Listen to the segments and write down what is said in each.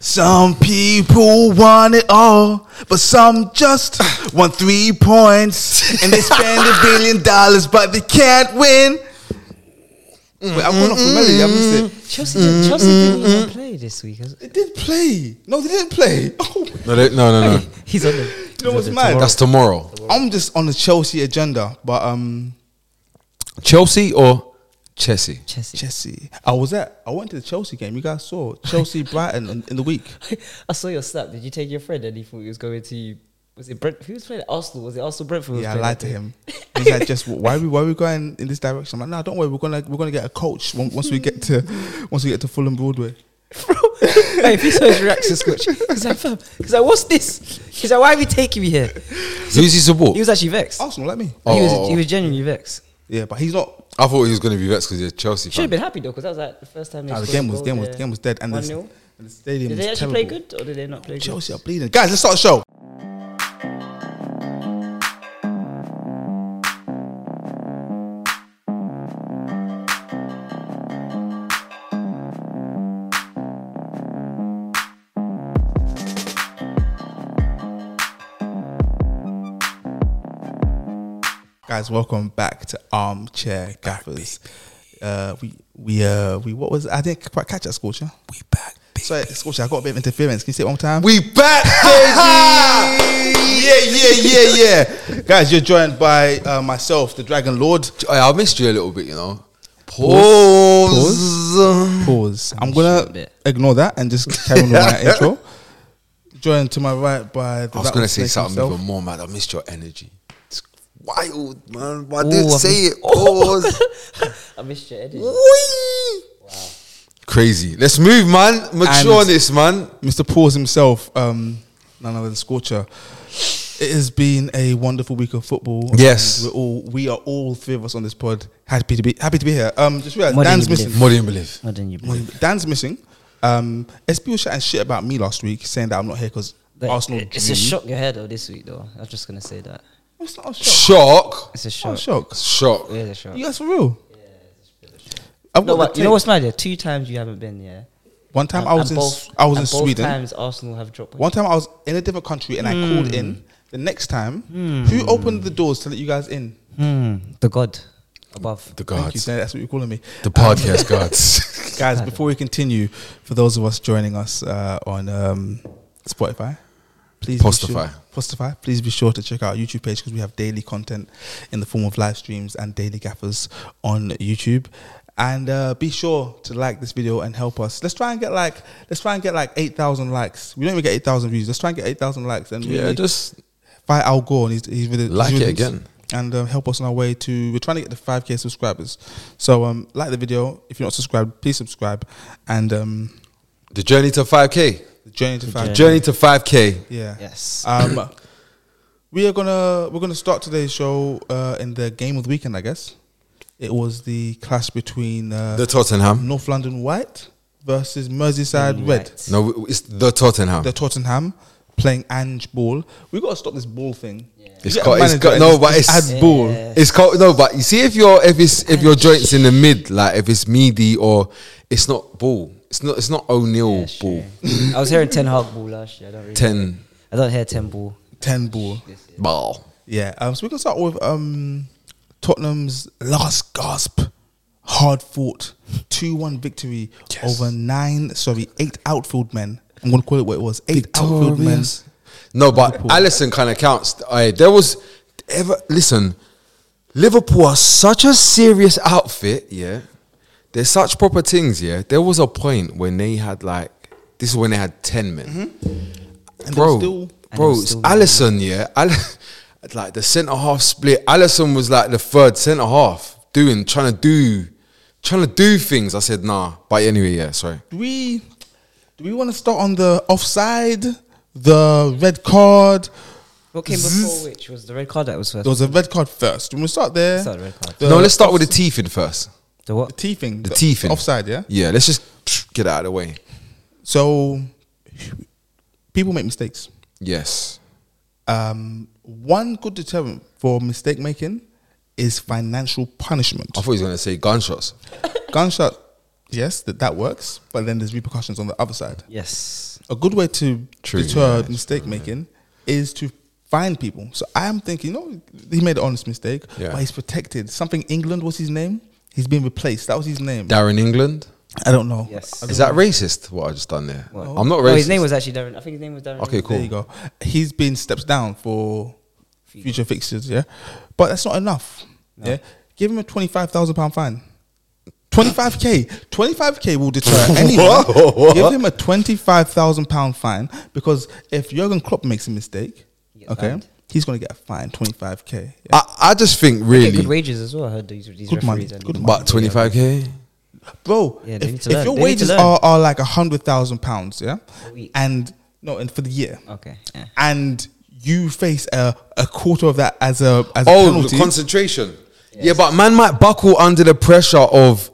Some people want it all, but some just want three points, and they spend a billion dollars, but they can't win. Wait, I'm going off the melody. I missed it. Chelsea, didn't- Chelsea didn't even play this week. mm. They did play. No, they didn't play. Oh, No, they, no, no, no. He's on the. you know what's he's on the mad? That's tomorrow. I'm just on the Chelsea agenda, but um, Chelsea or Chelsea? Chelsea. Chelsea. I was at. I went to the Chelsea game. You guys saw Chelsea Brighton in, in the week. I saw your snap. Did you take your friend and he thought he was going to? Was it Brent? Who was playing at Arsenal? Was it Arsenal Brentford? was Yeah, I playing lied to that day? him. He's like, just why are we why are we going in this direction? I'm like, no, don't worry. We're gonna we're gonna get a coach on- once we get to once we get to Fulham Broadway. hey, if you saw his reaction, Scotch, he's like, fam, he's like, what's this? He's like, why are we taking me here? Who's he support? He was actually vexed. Arsenal, let me. He Oh. was, he was genuinely vexed. Yeah, but he's not. I thought he was going to be vexed because he's a Chelsea Should have fan. been happy though, because that was like the first time. They Nah, the scored game a was goal game was there. game was dead, and the, st- 1-0. and the stadium Did was they actually terrible. play good or did they not play good? Chelsea are bleeding. Guys, let's start the show. Guys, welcome back to Armchair Gaffers. Uh, we we uh we what was I didn't quite catch that scorcher. We back, baby. Sorry, scorcher, I got a bit of interference. Can you say it one more time? We back, baby. yeah, yeah, yeah, yeah. Guys, you're joined by uh, myself, the Dragon Lord. Hey, I missed you a little bit, you know. Pause. Pause. I'm a gonna bit. ignore that and just carry on with my intro. Joined to my right by the I was going to say rattlesnake something himself. even more, man. I missed your energy. It's wild, man. Why Ooh, did I say missed- it? Pause. I missed your edit. Whee! Crazy. Let's move, man. Mature And- on this, man. Mr. Pause himself, um, none other than Scorcher. It has been a wonderful week of football. Yes. And we're all we are all three of us on this pod happy to be happy to be here. Um, just realized More than Dan's you believe. missing. More than you believe. Why didn't you? Well, Dan's missing. Um, SP was chatting shit about me last week, saying that I'm not here because Like, Arsenal. It's drew. a shock your hair though this week though. I'm just gonna say that. It's not a shock. Shock. It's a It's not a shock. Oh, shock. Shock. It is a shock. You guys for real? I've got the No, but you know tape. what's mad? Yeah, two times you haven't been. Yeah. One time And- I was and in both- I was and in both Sweden. Times Arsenal have dropped. One time I was in a different country and I called in. The next time, who opened the doors to let you guys in? Hmm, the God above. The Thank you, gods. sir. That's what you're calling me. The podcast gods. Guys, before we continue, for those of us joining us uh, on um, Spotify, please be Postify. sure- Postify, please be sure to check out our YouTube page because we have daily content in the form of live streams and daily gaffers on YouTube. And uh, be sure to like this video and help us. Let's try and get like let's try and get like eight thousand likes. We don't even get eight thousand views. Let's try and get eight thousand likes and yeah, really just fight Al Gore. And he's, he's with it. Like it again. And um, help us on our way to. We're trying to get the 5k subscribers. So um, like the video. If you're not subscribed, please subscribe. And um, the journey to 5K. the journey to 5k. Journey to 5K. Yeah. Yes. Um, we are gonna we're gonna start today's show uh, in the game of the weekend. I guess it was the clash between uh, The Tottenham. North London White versus Merseyside Red. Right. No, w- it's the Tottenham. The Tottenham playing Ange Ball. We gotta stop this ball thing. It's You get a got- it's manager got- and no, but it's- Ange Ball. Yeah. It's called no, but you see if your if it's if your joints in the mid, like if it's meaty or it's not ball, it's not it's not O'Neill Yeah, sure. ball. I was hearing ten hog ball last year. I don't really. Ten I don't hear ten ball. Ten ball. ball. Yeah. Um, so we can start with um, Tottenham's last gasp, hard fought two one victory over nine, sorry, eight outfield men. I'm gonna call it what it was. Eight outfield men. No, but Allison kind of counts. I, there was ever listen. Liverpool are such a serious outfit. Yeah, they're such proper things. Yeah, there was a point when they had like this is when they had ten men. And Mm-hmm. they bro, were still bro, And they it's were still- Allison. Yeah, Al- like the centre half split. Allison was like the third centre half doing trying to do trying to do things. I said nah, but anyway, yeah, sorry. do we do we wanna start on the offside, the red card? What came before which was the red card that was first. There was a red card first. We'll start there. Start the red card. The no, let's start with the teeth in first. The the what? T thing. The T thing. Offside, yeah? Yeah, let's just get it out of the way. So people make mistakes. Yes. um, one good deterrent for mistake making is financial punishment. I thought he was going to say gunshots. Gunshot. Yes, that that works, but then there's repercussions on the other side. Yes. A good way to True, deter yeah, mistake making is to find people. So I am thinking, you know, he made an honest mistake, Yeah. but he's protected. Something England was his name. He's been replaced. That was his name. Darren England. I don't know. Yes. I don't Is that know. racist? What I just done there? What? I'm not Oh, racist. his name was actually Darren. I think his name was Darren. okay. There you Cool. go. He's been steps down for future fixtures, yeah. But that's not enough. Yeah. Give him a twenty five thousand pound fine. Twenty five K. Twenty five K will deter anyone. Whoa. Give him a twenty five thousand pound fine because if Jurgen Klopp makes a mistake, He gets okay, fined. he's gonna get a fine, twenty five K. I, I just think They get really, good wages as well. I heard these, these Good money, referees. and- good money. but 25k. Bro, Yeah, they need if, to if learn. your They need to wages learn. are, are like a hundred thousand pounds, yeah? A week. And no, and for the year. Okay. Yeah. And you face a, a quarter of that as a as a Oh, the penalty. concentration. Yeah, but man might buckle under the pressure of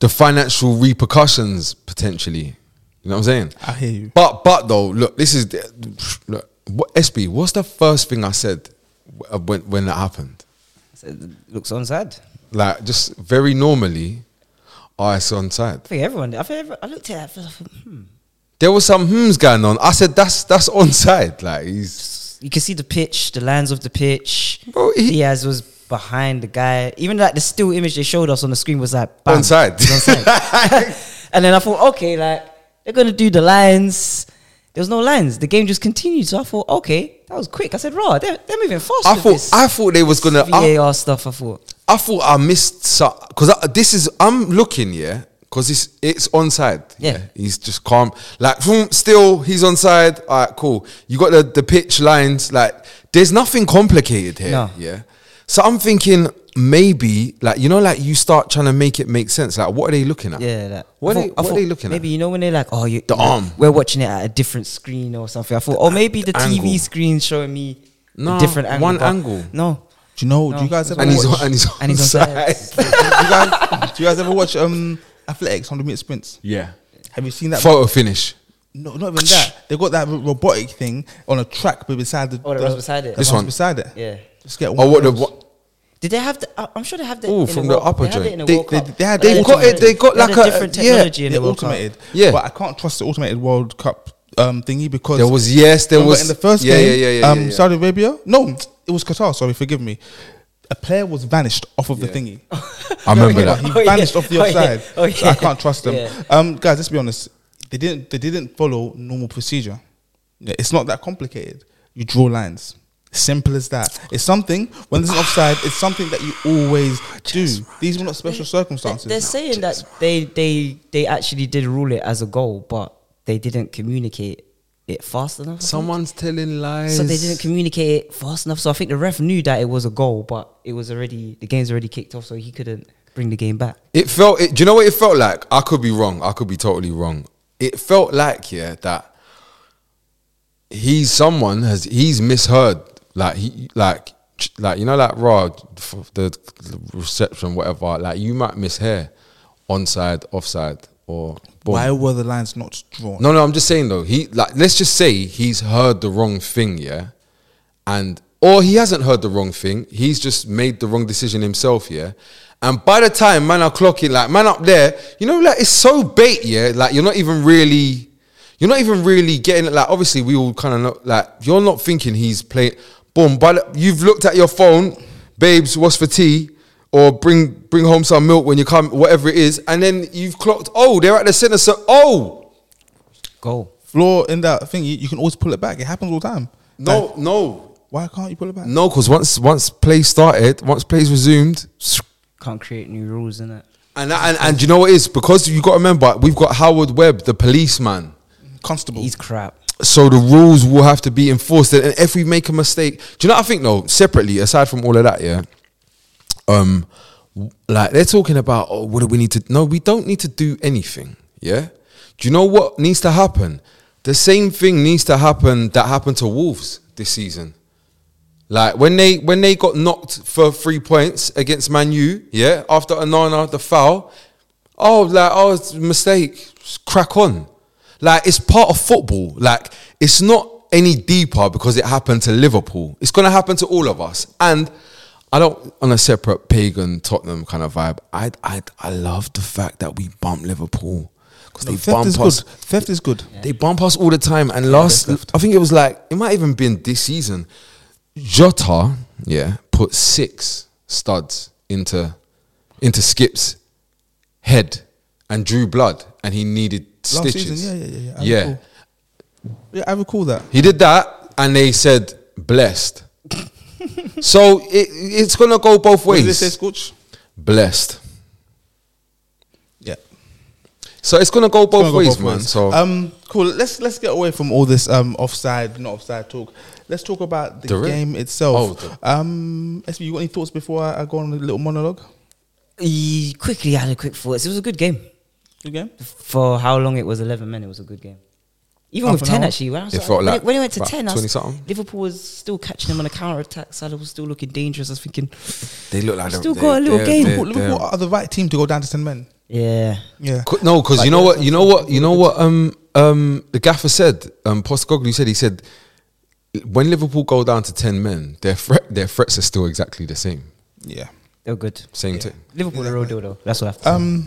the financial repercussions potentially. You know what I'm saying? I hear you. But but though, look, this is the- look. What, SB, what's the first thing I said w- when when that happened? So it looks onside. Like just very normally, oh, it's onside. I think everyone. I think every, I looked at that. I thought, hmm. There was some hmms going on. I said that's that's onside. Like he's You can see the pitch, the lines of the pitch. Bro, he- Diaz was behind the guy. Even like the still image they showed us on the screen was like bam, onside. it's onside. and then I thought, okay, like they're gonna do the lines. There was no lines. The game just continued. So I thought, okay, that was quick. I said, raw, they're, they're moving fast. I with thought this I thought they was gonna. I- VAR stuff. I thought I thought I missed some because this is I'm looking yeah because it's it's onside. Yeah. he's just calm. Like vroom, still he's onside. All right, cool. You got the the pitch lines. Like there's nothing complicated here. No. Yeah. So I'm thinking maybe like you know like you start trying to make it make sense. Like what are they looking at? Yeah, that. What I are they, thought- I what are thought they looking Maybe you know when they're like, oh, you, The you know, arm. We're watching it at a different screen or something. I thought, oh, maybe the, the angle. TV screen's showing me No, a different angle. one but angle. No, Do you know? No, do you guys ever? that's at? And he's watch, on, and he's and he's onside. onside. do you guys, do you guys ever watch um athletics, hundred meter sprints? yeah. Have you seen that? Photo finish. no, not even that. They got that ro- robotic thing on a track, but beside the Oh, that the- was beside it. the This ones one. beside it. yeah. Just get Oh, what the of those. what? Did they have the? I- I'm sure they have the. Ooh, in from the World- upper they had joint. it in the They- World they- Cup. they had- They they had got a it- they different- got like they had a- different yeah, technology in They're the World automated. Cup. Yeah. but I can't trust the automated World Cup um thingy because There was yes. There remember was in the first yeah, game. Yeah, yeah, yeah. um, yeah, yeah. Saudi Arabia. No, it was Qatar. Sorry, forgive me. A player was vanished off of Yeah. the thingy. I remember that. He Oh, yeah. vanished off the Oh, yeah. offside. Oh, yeah. So I can't trust them. Yeah. Um, guys, let's be honest. They didn't. They didn't follow normal procedure. Yeah, It's not that complicated. You draw lines. Simple as that. It's something when there's an offside. It's something that you always do. These were not special They- circumstances. They're saying that they they they actually did rule it as a goal, but they didn't communicate it fast enough. I think. Someone's telling lies. So they didn't communicate it fast enough. So I think the ref knew that it was a goal, but it was already the game's already kicked off, so he couldn't bring the game back. It felt. It, do you know what it felt like? I could be wrong. I could be totally wrong. It felt like yeah that he's someone has he's misheard. Like he like ch- like you know like raw f- the reception whatever. Like you might mishear onside, offside, or boom. Why were the lines not drawn? No, no, I'm just saying though. He like let's just say he's heard the wrong thing, yeah, and or he hasn't heard the wrong thing. He's just made the wrong decision himself, yeah. And by the time man are clocking, like man up there, you know, like it's so bait, yeah. Like you're not even really, you're not even really getting it. Like obviously we all kind of not like you're not thinking he's playing. Boom, but you've looked at your phone, babes. What's for tea? or bring bring home some milk when you come, whatever it is, and then you've clocked. Oh, they're at the centre. So oh, Goal. Flaw in that thing. You, you can always pull it back. It happens all the time. Like, no, no, why can't you pull it back? no, because once once play started, once plays resumed, Can't create new rules in it. and and and you know what it is because you got to remember we've got Howard Webb, the policeman. Constable. He's crap. So the rules will have to be enforced, and if we make a mistake, do you know? What I think though, separately, aside from all of that, yeah, um, w- like they're talking about, oh, what do we need to? No, we don't need to do anything. Yeah, do you know what needs to happen? The same thing needs to happen that happened to Wolves this season. Like when they when they got knocked for three points against Man U, yeah, after Anana the foul, oh like oh it's a mistake, Just crack on. Like it's part of football. Like it's not any deeper because it happened to Liverpool. It's gonna happen to all of us. And I don't on a separate pagan Tottenham kind of vibe. I I I love the fact that we bump Liverpool because they Theft bump is us. good. Theft is good. They bump us all the time. And last, they're theft. I think it was like it might even been this season. Jota, yeah, put six studs into into Skip's head and drew blood, and he needed Last stitches. season, yeah, yeah, yeah, Oh. yeah. I yeah. recall. Yeah, I recall that. He did that, and they said blessed. so it, it's gonna go both What did they say, ways. Scorch? Blessed. Yeah. So it's gonna go both Gonna go ways, both man. ways. So um, cool. Let's let's get away from all this um offside, not offside talk. Let's talk about the The re- game itself. Oh, um, SB, you got any thoughts before I, I go on a little monologue? E- quickly, I had a quick thoughts. It was a good game. The game. For how long it was, 11 men, it was a good game. Even Half with an 10, hour? actually. When, I was It like- felt when like it, when it went to about 10, I was- 20-something. Liverpool was still catching them on a counter attack. Salah was still looking dangerous. I was thinking, they look like Still they- got a little they're- game. they're- Liverpool, Liverpool they're- are the right team to go down to ten men. yeah. Yeah. Co- No, because you know what, you know what, you know what. Um, um, the gaffer said, um, Postacoglu said, he said, when Liverpool go down to ten men, their threat, their threats are still exactly the same, Yeah. They were good. same Yeah. thing. Liverpool are real deal, though. That's what I have to say. Um,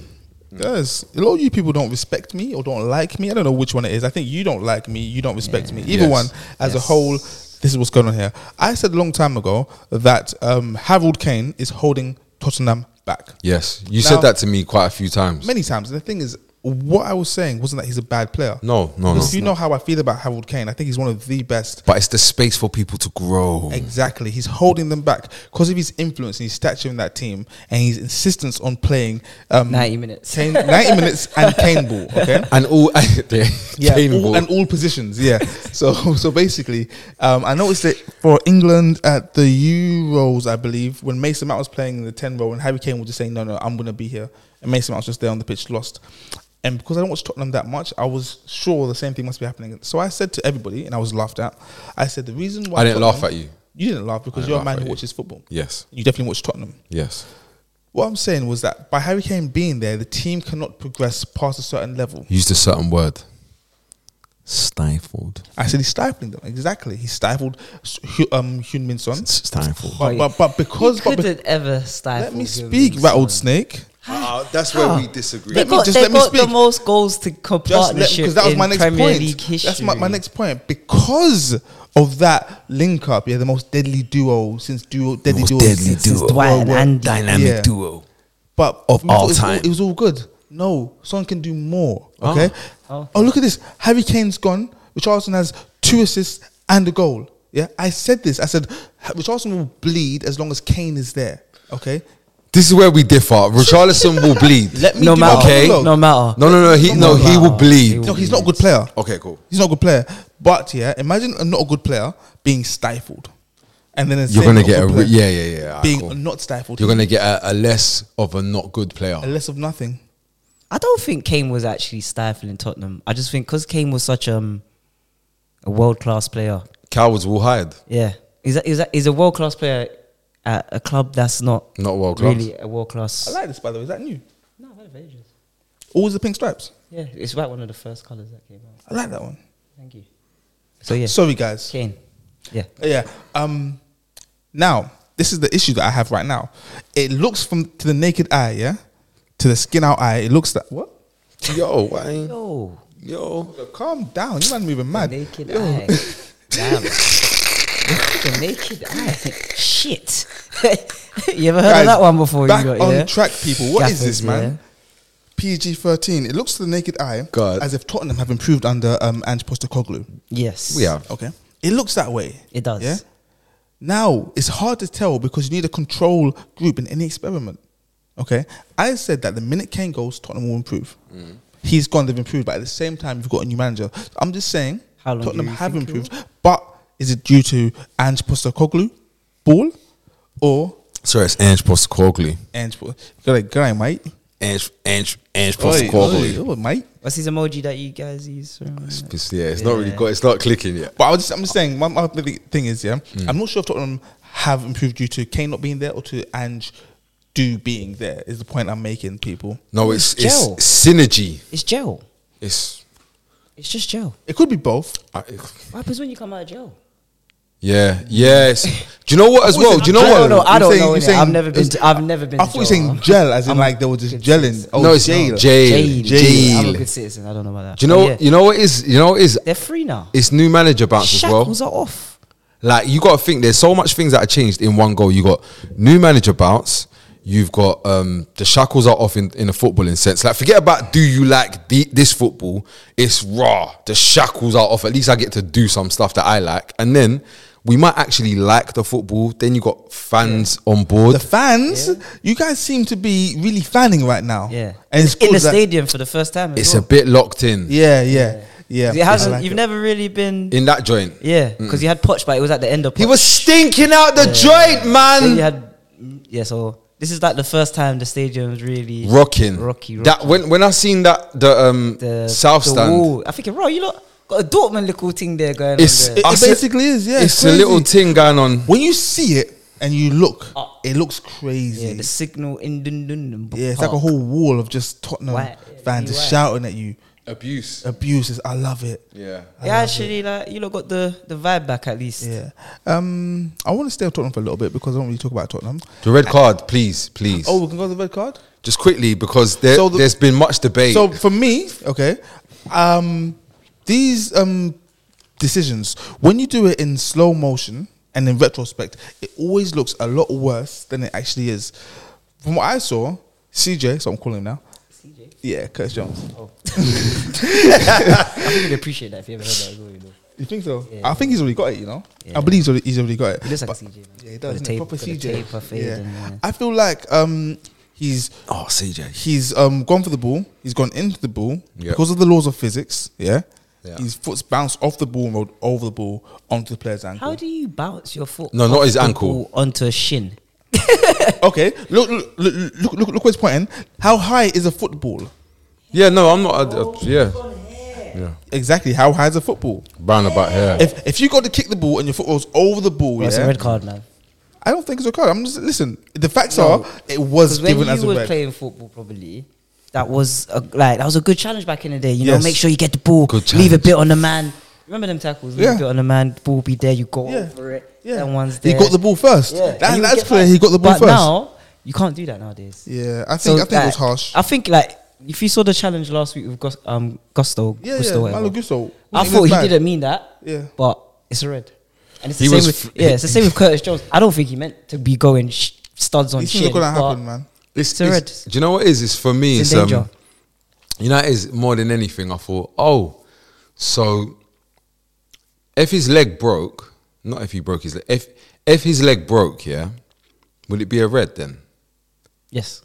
guys, a lot of you people don't respect me or don't like me. I don't know which one it is. I think you don't like me. You don't respect me. Either Yes. one, as a Yes. whole, this is what's going on here. I said a long time ago that um, Harold Kane is holding Tottenham back Yes, you Now- said that to me quite a few times. many times. And the thing is, what I was saying wasn't that he's a bad player. No, no, no. Because if you know how I feel about Harold Kane, I think he's one of the best. But it's the space for people to grow. Exactly. He's holding them back because of his influence and his stature in that team and his insistence on playing um, 90 minutes. Kane, 90 minutes and Kane ball, okay? And all, they're yeah, attainable. all, and all positions. Yeah. so so basically, um, I noticed it for England at the Euros, I believe, when Mason Mount was playing in the ten role, and Harry Kane was just saying, "No, no, I'm gonna be here," and Mason Mount was just there on the pitch, lost. And because I don't watch Tottenham that much, I was sure the same thing must be happening. So I said to everybody, and I was laughed at. I said the reason why I didn't laugh Tottenham- at you. You didn't laugh because didn't you're a laugh man at who you. watches football. yes, You definitely watch Tottenham. yes. What I'm saying was that by Harry Kane being there, the team cannot progress past a certain level. Used a certain word. Stifled. I said he's stifling them. Exactly, he stifled Hu- um, Hyun Min Son. Stifled. But, but but because but couldn't be- ever stifle. let me Human speak, Son. rattled snake. Ah, that's where How? we disagree. They Let me- got, just they let me got the speak. most goals to co- Just because partnership that was in my next Premier point. League history. That's my, my next point. Because of that link up, yeah, the most deadly duo since duo deadly Most duo deadly since, duo. the Dwight World and War- Andy. Dynamic Yeah. duo. but Of we thought all it was time. it was all good. No, Son can do more. Okay. Oh. Oh. look at this. Harry Kane's gone. Richarlison has two assists and a goal. Yeah, I said this. I said Richarlison will bleed as long as Kane is there. Okay. This is where we differ. Richarlison will bleed. Let me No do matter. my Okay. monologue. No matter. No, no, no. He no, he will bleed. No, he's not a good player. Okay, cool. He's not a good player. But yeah, imagine a not a good player being stifled, and then the You're same gonna not get a good re- yeah, player yeah, yeah. Alright, being cool. not stifled. You're gonna get a, a less of a not good player. a less of nothing. I don't think Kane was actually stifling Tottenham. I just think because Kane was such um, a world class player. Cowards will hide. Yeah, he's a, he's a, he's a world class player at a club that's not Not world class. really a world class. I like this by the way. Is that new? no, I've had it for ages. Always the pink stripes. Yeah, it's like one of the first colors that came out. I like that one. Thank you. So yeah, Sorry guys. Kane. Yeah, Yeah. Um. Now this is the issue that I have right now. It looks from to the naked eye, yeah, to the skin out eye. It looks that what? Yo, why? yo, Yo. Calm down. You man moving the mad. naked eye. Damn. the naked eye. Shit. you ever heard Guys, of that one before? Back you got, on yeah? track, people. What is Gaffers, this, man? PG thirteen. It looks to the naked eye God. as if Tottenham have improved under um, Ange Postecoglou. yeah? Yes. We have. Okay, it looks that way. It does. Yeah. Now it's hard to tell because you need a control group in any experiment. Okay, I said that the minute Kane goes, Tottenham will improve. He's gone; they've improved, but at the same time, you've got a new manager. I'm just saying, How long do Tottenham you have think it improved, but is it due to Ange Postecoglou, ball, or Sorry, it's Ange Postacoglu. Ange? Po- Go ahead, go ahead, mate. Ange, Ange, Ange Oi, Postacoglu. oi, oi, mate. What's his emoji that you guys use? um, It's- yeah, it's not really got. It's not clicking yet. But I was just, I'm just saying, my, my big thing is, yeah, Mm. I'm not sure if Tottenham have improved due to Kane not being there or to Ange do being there. Is the point I'm making, people? No, it's It's it's gel. synergy. It's gel. It's It's just gel. It could be both. I, What happens when you come out of jail? Yeah, yes. Do you know what as What was well? it? Do you know I what? don't know. I You're don't saying- know. you're innit? saying- I've never been. it's- To, I've never been. I to thought you were jail. saying gel, as in like they were just good gelling. citizen. Oh, No, it's jail. jail. Jail. Jail. I'm a good citizen. I don't know about that. Do you know? But Oh, yeah, You know what is? You know what is? they're free now. It's new manager bounce as well. Shackles are off. Like you got to think, there's so much things that are changed in one goal. You got new manager bounce. You've got um, the shackles are off in, in a footballing sense. Like forget about do you like the, this football? It's raw. The shackles are off. At least I get to do some stuff that I like, and then we might actually like the football. Then you got fans on board. The fans, you guys seem to be really fanning right now. Yeah, and it's in good the that- stadium for the first time. as it's a well. bit locked in Yeah, yeah, yeah. It hasn't. I like you've it. never really been. in that joint. yeah, because you had Poch, but it was at the end of. Poch. He was stinking out the joint, Then you man. had. Yeah, so this is like the first time the stadium's really Rocking, Rocky, rocky. That when when I seen that the um the south the stand. wall. I think it right. You lot got a Dortmund little thing there going. It's- on It, there. it I said- basically is. Yeah, it's a little crazy. thing going on. when you see it and you look, Up. it looks crazy. Oh. yeah, the signal in Dun Dun Dun Yeah, it's like a Park. whole wall of just Tottenham Why- fans just why? shouting at you. Abuse. Abuses. I love it. Yeah. I Yeah, love actually, like you lot got the the vibe back at least. Yeah. Um, I want to stay on Tottenham for a little bit because I don't really talk about Tottenham. The red card, please, please. Oh, we can go to the red card. Just quickly because there, So the- there's been much debate. So for me, okay, um, these um, decisions when you do it in slow motion and in retrospect, it always looks a lot worse than it actually is. From what I saw, CJ, so I'm calling him now. CJ, Yeah, Curtis Jones. I think you'd appreciate that if you ever heard that. As well, you know. You think so? Yeah. I think he's already got it. You know, Yeah. I believe he's already, he's already got it. He looks like But- a CJ. Man. Yeah, he Got does. the innit? tape- Proper got the CJ. tape her fade yeah. and, uh, I feel like um, he's oh, CJ. he's um gone for the ball. He's gone into the ball Yep. because of the laws of physics. Yeah. Yeah. His foot's bounced off the ball and rolled over the ball onto the player's ankle. How do you bounce your foot? No, not off his the ankle. ball onto a shin. okay, look, look, look, look, look, look where it's pointing. How high is a football? Yeah, no, I'm not. Uh, uh, yeah. Yeah. Exactly, how high is a football? Brown about hair. If if you got to kick the ball and your foot rolls over the ball, Well, It's Oh, yeah, a red card, man. I don't think it's a card. I'm just listen. The facts No. are it was Because when given as you a were red. playing football, probably that was a, like that was a good challenge back in the day. You Yes. know, make sure you get the ball, Good leave a challenge. bit on the man. Remember them tackles? Leave Yeah. a bit on the man. Ball be there. You go Yeah. over it. yeah, That one's he there. got the ball first. Yeah. That- And you that's get clear. back. He got the ball but first. now you can't do that nowadays. yeah, I think I think it was like, harsh. I think like if you saw the challenge last week with Gus, um, Gusto, yeah, yeah, Gusto whatever, Malo Gusto. I It thought was he bad. didn't mean that. Yeah. but it's a red. And it's the He same was with f- yeah, it's the same with Curtis Jones. I don't think he meant to be going sh- studs on These things are shit. gonna happen, man. It's, It's a it's- Do you know what it is? It's for me. It's It's, in um, danger. you know, it is more than anything. I thought, oh, so if his leg broke, not if he broke his leg. If if his leg broke, yeah, would it be a red then? Yes.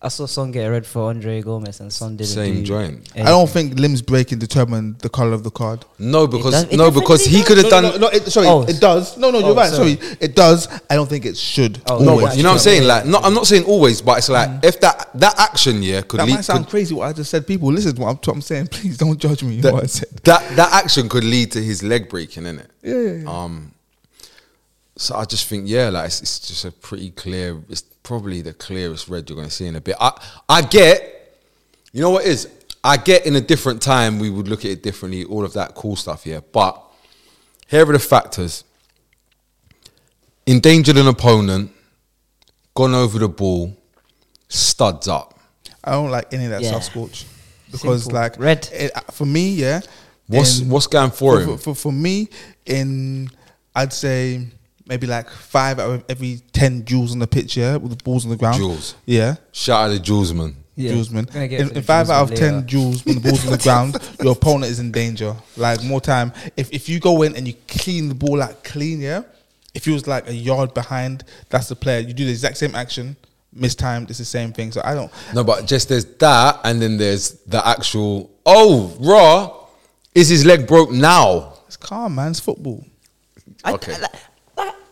I saw Son get a red for Andre Gomez and Son didn't. Same do joint. I don't think limbs breaking determined the color of the card. No, because does- it no, because definitely he does. could have No, done. no, no, it, sorry, Oh. it does. No, no, you're Oh, right. Sorry. sorry. it does. I don't think it should. Oh, No, always. but you know what I'm saying? Like, no, I'm not saying always, but it's like if that that action, yeah, could That lead might sound could- crazy what I just said. People, listen to what I'm, what I'm saying. Please don't judge me. that, what I said. that that action could lead to his leg breaking, innit? Yeah, yeah, yeah. Um, so I just think, yeah, like it's, it's just a pretty clear. It's probably the clearest red you're going to see in a bit. I I get, you know what it is? I get in a different time we would look at it differently. All of that cool stuff, yeah. But here are the factors: endangered an opponent, gone over the ball, studs up. I don't like any of that Yeah. South Scorch because, Simple. like, Red. it- uh, for me, yeah. What's in- what's going for him? for, for, for me, in I'd say maybe like five out of every ten jewels on the pitch, yeah, with the balls on the ground. Jules. Yeah. Shout out to Jules, man. Yeah. Jules, man. Gonna get In, to in the five Jules out one of ten later. jewels, when the ball's on the ground, your opponent is in danger. Like more time, if if you go in and you clean the ball out clean, yeah. If you was like a yard behind, that's the player. You do the exact same action, mistimed. It's the same thing. So I don't. No, but just there's that, and then there's the actual. Oh, raw is his leg broke now? It's calm, man. It's football. I, Okay. I, I-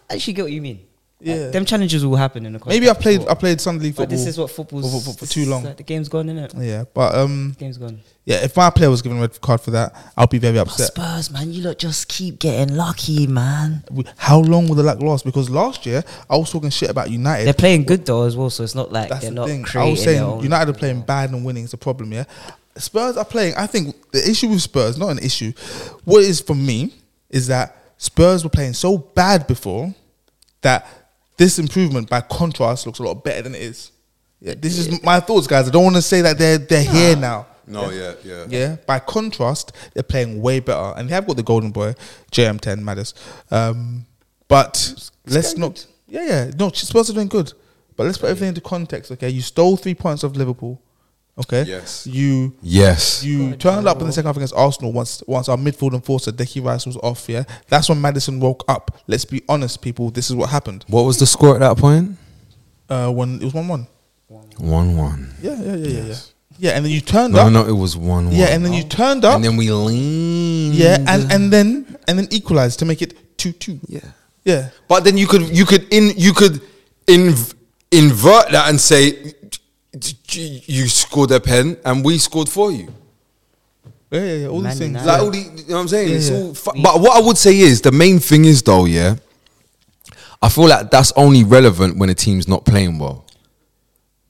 I actually get what you mean. Like, Yeah. them challenges will happen in the contest. Maybe I played. but- I played Sunday league football. But this is what football's for, for, for this too is long. like the game's gone, isn't it? Yeah, but um, The game's gone. yeah. If my player was given a red card for that, I'll be very upset. Spurs, man, you lot just keep getting lucky, man. We- How long will the luck last? Because last year I was talking shit about United. They're playing good though as well, so it's not like That's they're the not thing. creating. I was their saying own- United are playing bad and winning is a problem. Yeah, Spurs are playing. I think the issue with Spurs, not an issue. What it is for me is that Spurs were playing so bad before that this improvement, by contrast, looks a lot better than it is. Yeah, this is my thoughts, guys. I don't want to say that they're they're here now. No, yeah, yeah. Yeah. By contrast, they're playing way better, and they have got the golden boy, JM10 Matters. Um, but let's going not. Yeah, yeah. No, Spurs are doing good, but let's put everything into context. Okay, you stole three points of Liverpool. Okay. Yes. You Yes. you turned up in the second half against Arsenal once once our midfield enforcer Dickie Rice was off, yeah. That's when Madison woke up. Let's be honest, people, this is what happened. What was the score at that point? Uh, when it was one one. One one. Yeah, yeah, yeah, yeah, yeah. Yeah, and then you turned No, up. no, it was one one. Yeah, and then you turned up. and then we leaned. yeah, and, and then and then equalized to make it two two. yeah. Yeah. But then you could you could in you could inv- invert that and say you scored a pen and we scored for you. Yeah, yeah, yeah. All Man these things. United. Like all the, you know what I'm saying? Yeah, it's yeah. all fu- but what I would say is the main thing is though, yeah. I feel like that's only relevant when a team's not playing well.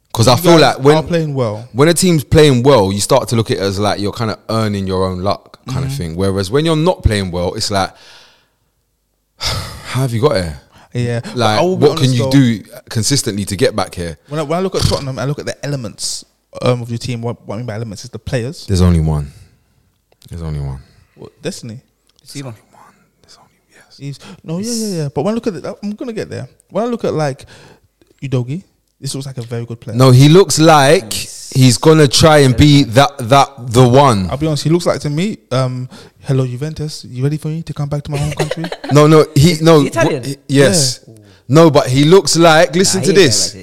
Because I You feel guys like when are playing well. when a team's playing well, you start to look at it as like you're kind of earning your own luck kind Mm-hmm. of thing. Whereas when you're not playing well, it's like, how have you got here? Yeah. But I Like, will be what can honest, you though, do consistently to get back here? When I, when I look at Tottenham, I look at the elements um, of your team. What, what I mean by elements is the players. There's only one. There's only one. What, Destiny. See one. There's only yes. He's, no, yeah, yeah, yeah. But when I look at it, I'm gonna get there. When I look at like Udogi, this looks like a very good player. No, he looks like he's gonna try and be that that the one. I'll be honest. He looks like to me. Um, hello Juventus, you ready for me to come back to my home country? No, no, he no. he Italian? wh- he- yes. No, but he looks like. Listen to this.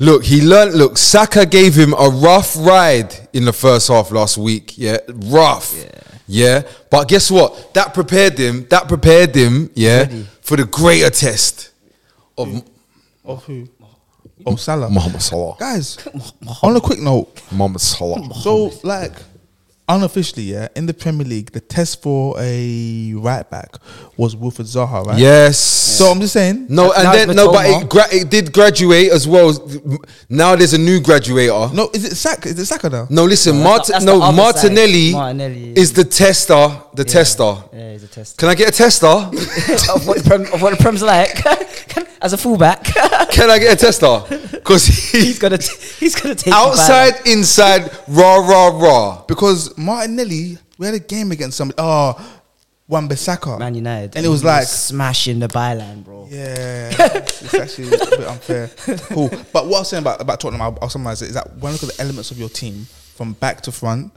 Look, he learned. Look, Saka gave him a rough ride in the first half last week. Yeah, rough. Yeah. Yeah, but guess what? That prepared him. That prepared him. Yeah, for the greater test of of who? Oh Salah. Mohamed Salah. Guys, on a quick note, Mohamed Salah. so like unofficially, yeah, in the Premier League, the test for a right back was Wilfred Zaha, right? Yes. So I'm just saying. no, Now and it's then no, but Matoma. it, gra- it did graduate as well. Now there's a new graduator. No, is it Saka? Is it Saka now? No, listen, No, that's Mart- not- that's no, the other Martinelli, side. Martinelli, yeah. is the tester. The tester. Yeah, he's a test Can I get a tester? of, what the prem, of what the prem's like as a fullback. Can I get a tester? Because he's he's gonna t- he's gonna take you by outside, the- inside, rah rah rah. Because Martinelli, we had a game against somebody. Oh, Wan Bissaka. Man United, And it was He like, smashing the byline, bro. yeah, it's actually a bit unfair. Cool. But what I was saying about, about Tottenham, I'll, I'll summarize it, is that when I look at the elements of your team from back to front,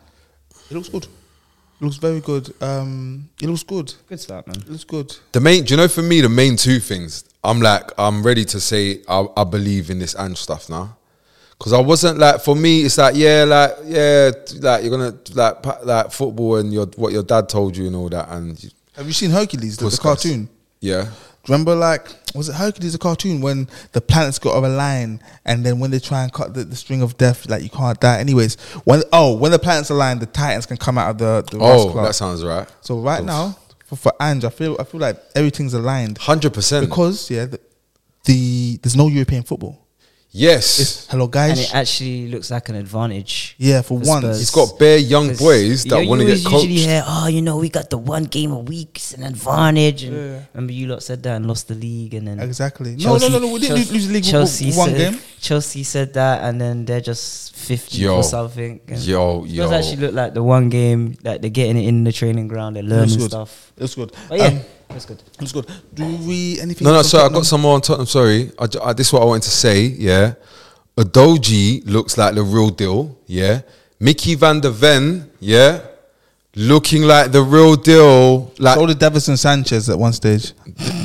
it looks good. It looks very good. Um, it looks good. Good start, man. It looks good. The main, do you know, for me, the main two things. I'm like, I'm ready to say I, I believe in this and stuff now. Cause I wasn't like for me, it's like yeah, like yeah, t- like you're gonna like pa- like football and your what your dad told you and all that and you- Have you seen Hercules, the, the Puskas. cartoon? yeah, Do you Remember, like, was it Hercules, the cartoon, when the planets got out of line, and then when they try and cut the, the string of death, like, you can't die. Anyways, when oh, when the planets align, the titans can come out of the, the oh Rust cloud. that sounds right, So right now, for, for Ange, I feel I feel like everything's aligned hundred percent. because yeah, the, the there's no European football. Yes, It's hello And guys. it actually looks like an advantage. Yeah, for for once Spurs. he's got bare young 'Cause boys you know, that want you to get always coached. usually hear, oh, you know, we got the one game a week, it's an advantage. And Yeah. remember, you lot said that and lost the league, and then exactly. No, no, no, no. We didn't Chelsea- lose the league with- Chelsea with one said, game. Chelsea said that, and then they're just fifty Yo. or something. And Yo, Spurs yo. actually look like the one game that they're getting it in the training ground, they're It was learning good. stuff. It was good. But yeah, Um, that's good. it was good. Do we anything? No, no, else on sorry, I Tottenham? got some more on Tottenham. Sorry, I, ju- I, this is what I wanted to say. Yeah, Adoji looks like the real deal. Yeah, Mickey Van der Ven. Yeah, looking like the real deal. Like So did Davison Sanchez at one stage.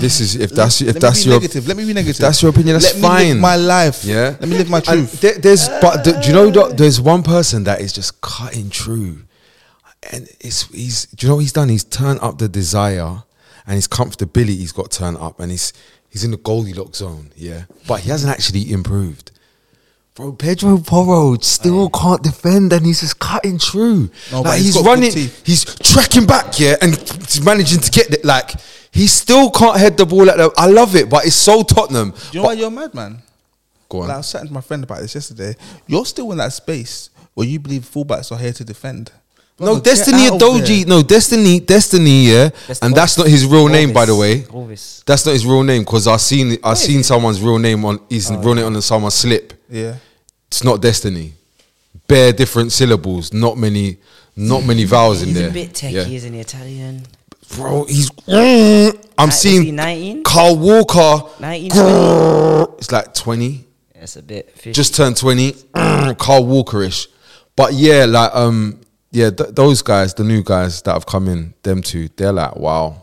this is if that's if Let that's me be your negative. Let me be negative. that's your opinion, that's Let fine. me live my life. yeah. Let me live my And truth. there- there's but the, do you know that there's one person that is just cutting true, and it's he's do you know what he's done? He's turned up the desire and his comfortability. He's got turned up and he's he's in the Goldilocks zone. Yeah, but he hasn't actually improved. Bro, Pedro Porro still can't defend, and he's just cutting true. No, but like he's he's, got good running, teeth. he's tracking back, yeah, and he's managing to get it. Like he still can't head the ball at the. I love it, but it's so Tottenham. Do you know why you're a madman? Go on. Like I was chatting to my friend about this yesterday. You're still in that space where you believe fullbacks are here to defend. No, Brother, get Destiny out of there. Adoji. No, Destiny, Destiny, yeah. and that's not his real name, by the way. Always. That's not his real name because I seen I seen someone's real name on his real name on someone's slip. Yeah. It's not Destiny. Bare different syllables. Not many. Not many vowels in He's there. a bit techie, Yeah. isn't he? Italian. bro. He's. I'm is he seeing 19? Carl Walker. 19, It's like twenty. That's a bit fishy. just turned 20 carl walkerish but yeah like um yeah th- those guys the new guys that have come in them two they're like wow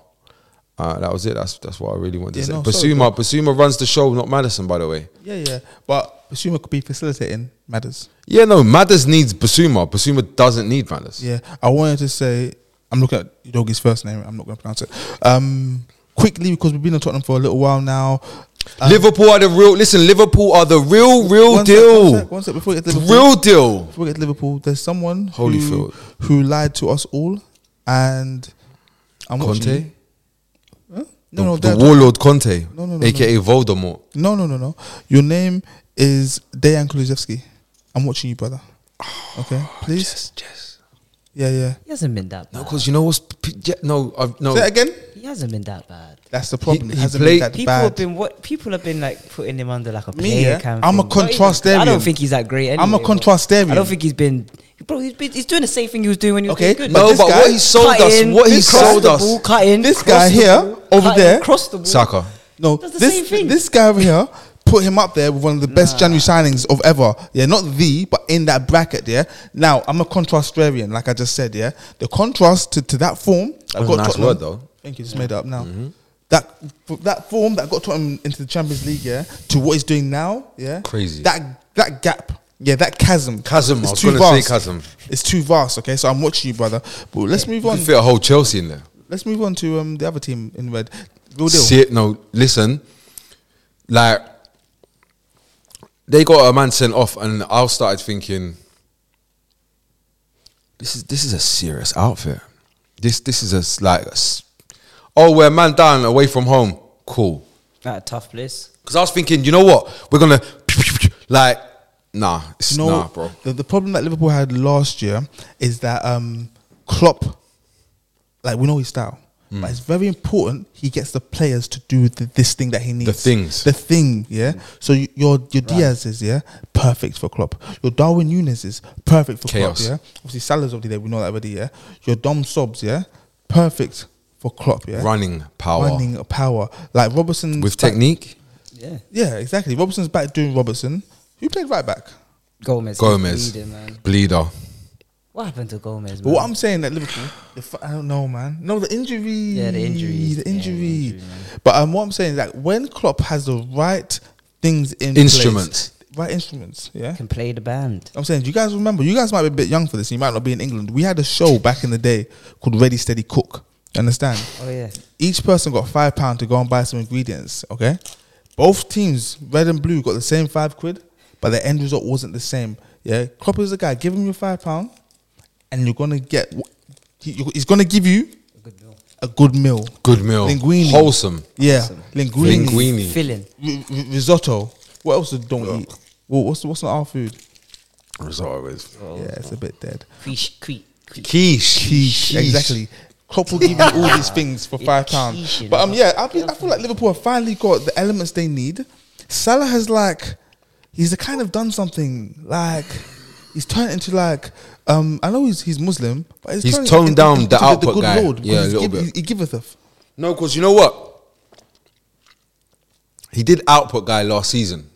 uh, that was it that's that's what i really wanted to Yeah, say no, sorry, basuma basuma runs the show not madison by the way Yeah, yeah. But Basuma could be facilitating matters. yeah no madders needs basuma basuma doesn't need madders Yeah. I wanted to say, I'm looking at Yogi's first name. I'm not going to pronounce it. Um, quickly, because we've been on Tottenham for a little while now. Um, liverpool are the real listen liverpool are the real real one sec, deal one sec, one sec, before we get to Liverpool. real deal Before we get to Liverpool, there's someone who- Holyfield. who lied to us all, and I'm watching Conte? you. Huh? No, no, the, that- the warlord conte No, no, no, aka voldemort no, no, no, no. Your name is Dejan Kulusevski. I'm watching you, brother. Okay, please. yes Yeah, yeah. he hasn't been that no bad. because you know what's p- yeah, no i've no Say that again. He hasn't been that bad. That's the problem. He- He, he hasn't played- been that People bad. have been what? People have been like putting him under like a Me, player yeah. kind of I'm a thing. Not even- I contrastarian. don't think he's that great. Anyway, I'm a bro. contrastarian. I don't think he's been. Bro, he's, been, he's doing the same thing he was doing when he was Okay, doing good. but no, this but guy- what he sold Cut us, in, what he cross sold the us, Ball, cut in, This cross guy the here, ball, over cut in, there. cross the ball. Saka. No, That's the this same thing. this guy over here put him up there with one of the best January signings of ever. Yeah, not the, but in that bracket. Yeah. Now I'm a contrastarian, like I just said. Yeah, the contrast to, to that form. That was a nice word, though. Mm-hmm. Thank you. Just made it up now. That that form that got Tottenham into the Champions League. Yeah, to what he's doing now. Yeah, Crazy. That that gap. Yeah, that chasm. Chasm, is I was too gonna say vast. chasm. It's too vast. Okay, so I'm watching you, brother. But let's move You on. can fit a whole Chelsea in there. Let's move on to um, the other team in red. Real deal. See it? No, listen. Like they got a man sent off, and I started thinking, this is this is a serious outfit. This this is a s- like, a s- oh, we're a man down away from home. Cool. Not a tough place. Because I was thinking, you know what? We're gonna like, nah, it's No, nah, bro. The, the problem that Liverpool had last year is that um, Klopp, like we know his style, Hmm. but it's very important he gets the players to do the, this thing that he needs. things. The thing, yeah. So y- your your Diaz is yeah perfect for Klopp. Your Darwin Nunes is perfect for Chaos. Klopp. Yeah. Obviously Salah's already there. We know that already. Yeah. Your Dom Sobs, yeah, perfect for Klopp. Yeah. Running power Running power like Robertson with technique. Yeah, Yeah, exactly. Robertson's back doing Robertson. Who played right back? Gomez. Gomez, Leader, man. bleeder. What happened to Gomez? But Man? what I'm saying at Liverpool, the f- I don't know, man. No, the injury. Yeah, the injuries. Yeah, The the injury. injury, man. but um, what I'm saying is that when Klopp has the right things in place- Instruments. right instruments, yeah. can play the band. I'm saying, do you guys remember? You guys might be a bit young for this. You might not be in England. We had a show back in the day called Ready Steady Cook. You understand? Oh yeah. Each person got five pound to go and buy some ingredients. Okay, both teams, red and blue, got the same five quid, but the end result wasn't the same. Yeah, Klopp is the guy. Give him your five pound, and you're gonna get. wh- he- you- He's gonna give you A good meal. a good meal. Good meal. Linguini. Wholesome. Yeah, Awesome. linguine, linguine, Linguini. Filling. risotto. What else don't we eat? Well, what's what's not our food? Result always. Oh, Yeah, it's a bit dead. Quiche, quiche, quiche. Quiche. Quiche. Exactly. Klopp will give you all these things for five pounds. Quiche, But um, you know. yeah, I, be, I feel like Liverpool have finally got the elements they need. Salah has like, he's kind of done something like, he's turned into like, um, I know he's he's Muslim, but he's, He's turning toned into- down into the output guy. because Yeah, a he's little give- bit. He, he giveth us. No, because you know what? He did output guy last season.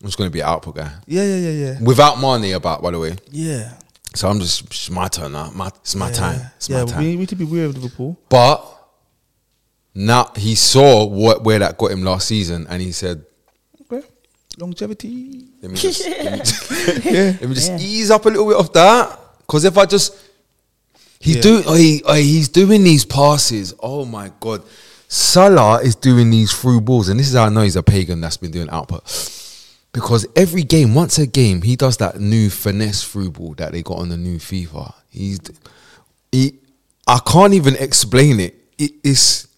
I'm just going to be an output guy. Yeah, yeah, yeah, yeah, Without Marnie about, by the way. yeah. So I'm just, it's my turn now. My, it's my yeah. time. It's my yeah, time. we we need to be weary of Liverpool. but now he saw what where that got him last season and he said, Okay, longevity. let me just, let me just, yeah, let me just Yeah. ease up a little bit off that. Because if I just, he Yeah. do, oh, he, oh, he's doing these passes. Oh my God. Salah is doing these through balls. And this is how I know he's a pagan that's been doing output. Because every game, once a game, he does that new finesse through ball that they got on the new FIFA. He's, d- he, I can't even explain it. it it's,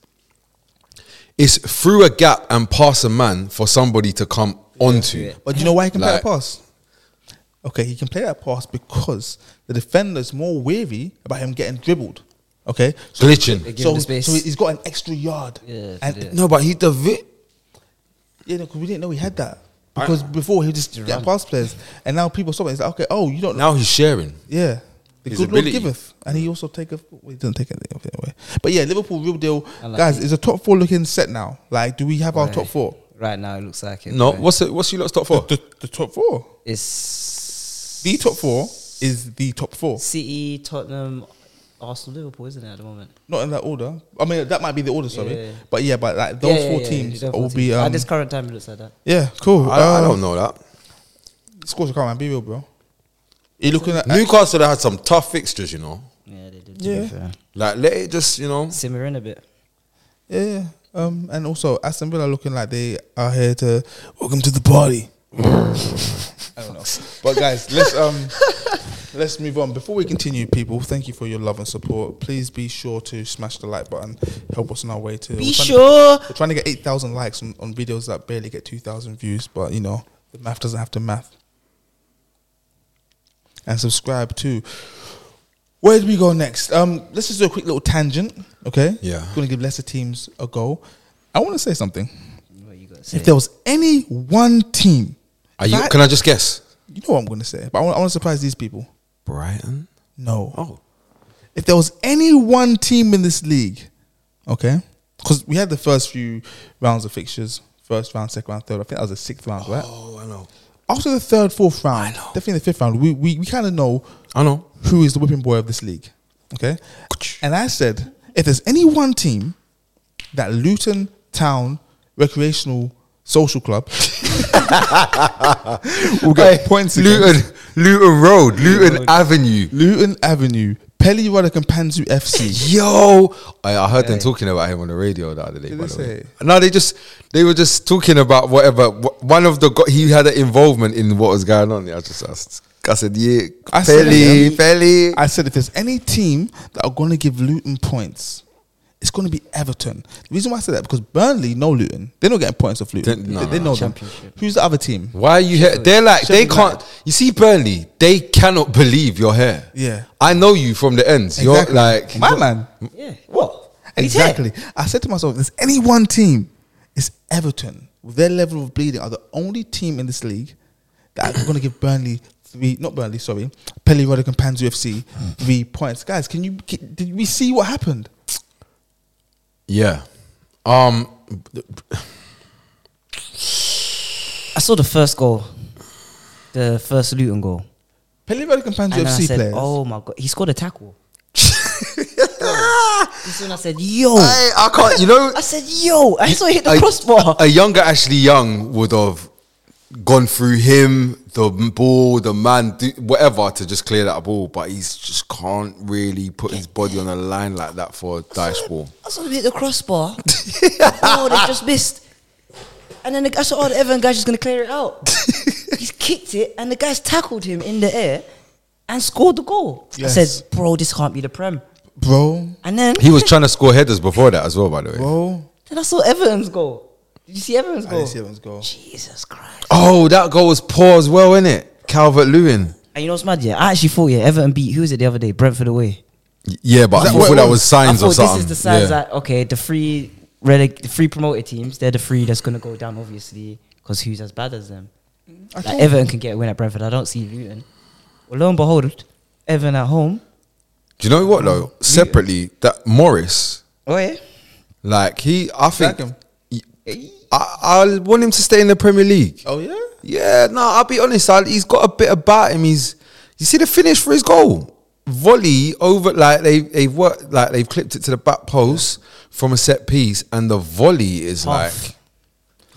it's through a gap and pass a man for somebody to come onto. but do you know why he can play Like- a pass? Okay, he can play that pass because the defender's more wary about him getting dribbled. Okay, so Glitching. They give him so, the space. so he's got an extra yard. Yeah, and yeah. No, but he the vi- yeah, because we didn't know he had that because before he would just get Durant. past players, and now people stop it. It's like okay, oh, you don't know. now he's sharing. Yeah. The His good ability. Lord giveth, and he also taketh. Well, he doesn't take anything of it away. But yeah, Liverpool, real deal, I like guys. it. Is a top four looking set now? Like, do we have our Right. Oh, top four? Right now, it looks like it. No, but what's it, what's you lot stop for? The, the top four. it's The top four is the top four, City, Tottenham, Arsenal, Liverpool, isn't it at the moment? not in that order. I mean, that might be the order, sorry. Yeah. But yeah, but like those Yeah, yeah, four yeah, teams yeah, those will four be. teams. Um, at this current time, it looks like that. yeah, cool. I, I Uh, don't know that. Scores I can't man, be real, bro. You looking at? uh, Newcastle had some tough fixtures, you know. Yeah, they did. Yeah. Yeah, fair. Like let it just, you know. simmer in a bit. Yeah, yeah. Um, and also Aston Villa looking like they are here to welcome to the party. I don't know, but guys, let's um, let's move on. Before we continue, people, thank you for your love and support. Please be sure to smash the like button. Help us on our way to. Be we're trying to- sure. we're trying to get eight thousand likes on, on videos that barely get two thousand views, but you know the math doesn't have to math. And subscribe too. Where do we go next? Um, let's just do a quick little tangent, okay? Yeah. Going to give lesser teams a go. I want to say something. What you got to If there was any one team, Are you that- can I just guess? you know what I'm going to say, but I want, I want to surprise these people. Brighton? No. Oh. If there was any one team in this league, okay, because we had the first few rounds of fixtures, first round, second round, third. I think that was the sixth round, right? Oh, I know. after the third, fourth round, I know. definitely the fifth round, we, we, we kind of know I know. who is the whipping boy of this league. Okay. And I said, if there's any one team that Luton Town Recreational Social Club will get points against, Luton Luton Road, Luton Road. Avenue. Luton Avenue, Pelly Ruddock and Panzu FC. Yo, I, I heard them Hey. talking about him on the radio the other day. Did by they the way. say? No, they just they were just talking about whatever. wh- One of the go- he had an involvement in what was going on. Yeah, I just asked. I said, yeah, I said fairly, them. fairly. I said, if there's any team that are going to give Luton points, it's going to be Everton. The reason why I said that because Burnley know Luton. They're not getting points off Luton. They- no, they, they no, know no. them. Championship. Who's the other team? Why are you here? They're like they Sheffield can't. You see, Burnley, they cannot believe you're here. Yeah. I know you from the ends. You're like my man. Yeah. What? He's here. Exactly. I said to myself, if there's any one team, it's Everton. With their level of bleeding, are the only team in this league that are going to give Burnley three, not Burnley, sorry, Pelly Roddick and Panzu FC three points. Guys, can you can- did we see what happened? Yeah. Um. I saw the first goal, the first Luton goal, Pelly Roddick and Panzu and then I FC said, players. "Oh my god, he scored a tackle." This one, I said, "Yo." I, I can't. You know, I said, "Yo!" I saw it hit the a- crossbar. A younger Ashley Young would have gone through him, the ball, the man, do- whatever, to just clear that ball. But he's just can't really put his body on a line like that for a Daesh ball. I saw him hit the crossbar. oh, they just missed. And then the, I saw, oh, the Everton guy's just going to clear it out. He's kicked it, and the guy's tackled him in the air and scored the goal. I Yes. said, bro, this can't be the Prem. Bro, And then, He was trying to score headers before that as well, by the way. bro. then I saw Everton's goal. Did you see Everton's I goal? didn't see everyone's goal. Jesus Christ. Oh, that goal was poor as well, innit? it? Calvert Lewin. And you know what's mad, yeah? I actually thought, yeah, Everton beat, who was it the other day? Brentford away. Yeah, but Is that I what it thought that was? was signs I thought of something. this is the signs Yeah. that, okay, the three, releg- the three promoted teams, they're the three that's going to go down, obviously, because who's as bad as them? I Like told- Everton can get a win at Brentford. I don't see Luton. Well, lo and behold, Everton at home. Do you know what though? Separately, that Morris, Oh yeah. like he, I think, Like him. I, I want him to stay in the Premier League. oh yeah. Yeah, no, I'll be honest. I, he's got a bit about him. He's you see the finish for his goal volley over like they they've worked like they've clipped it to the back post from a set piece, and the volley is Half. like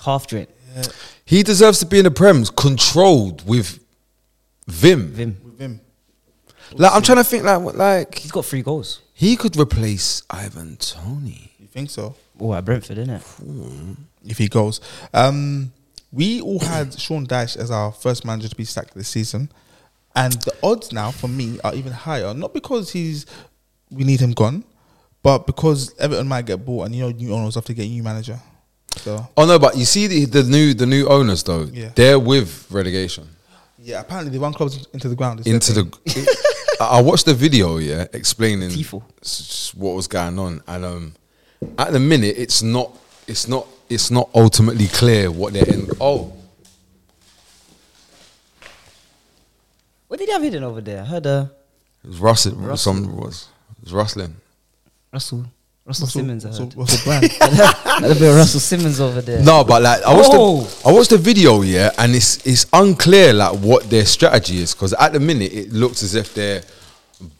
Half drink. he deserves to be in the Prem's controlled with vim. Vim. With him. Like I'm trying to think like what like He's got three goals. he could replace Ivan Tony. You think so? Oh, at Brentford, isn't it? if he goes. Um, we all had Sean Dyche as our first manager to be sacked this season, and the odds now for me are even higher. Not because he's we need him gone, but because Everton might get bought, and you know new owners have to get a new manager. So Oh no, but you see the, the new the new owners though. Yeah. They're with relegation. Yeah, apparently they run clubs into the ground. It's into their thing. the. I I watched the video, yeah, explaining Tifo. s- s- what was going on, and um, at the minute, it's not, it's not, it's not ultimately clear what their end. Oh, What did they have hidden over there? I heard uh, it was rustling. Some was, it was rustling. Russell, Russell Simmons. I Russell, heard. Russell Brand. I heard a bit of Russell Simmons over there. No, but like I watched, Oh. the, I watched the video, yeah, and it's it's unclear like what their strategy is because at the minute it looks as if they're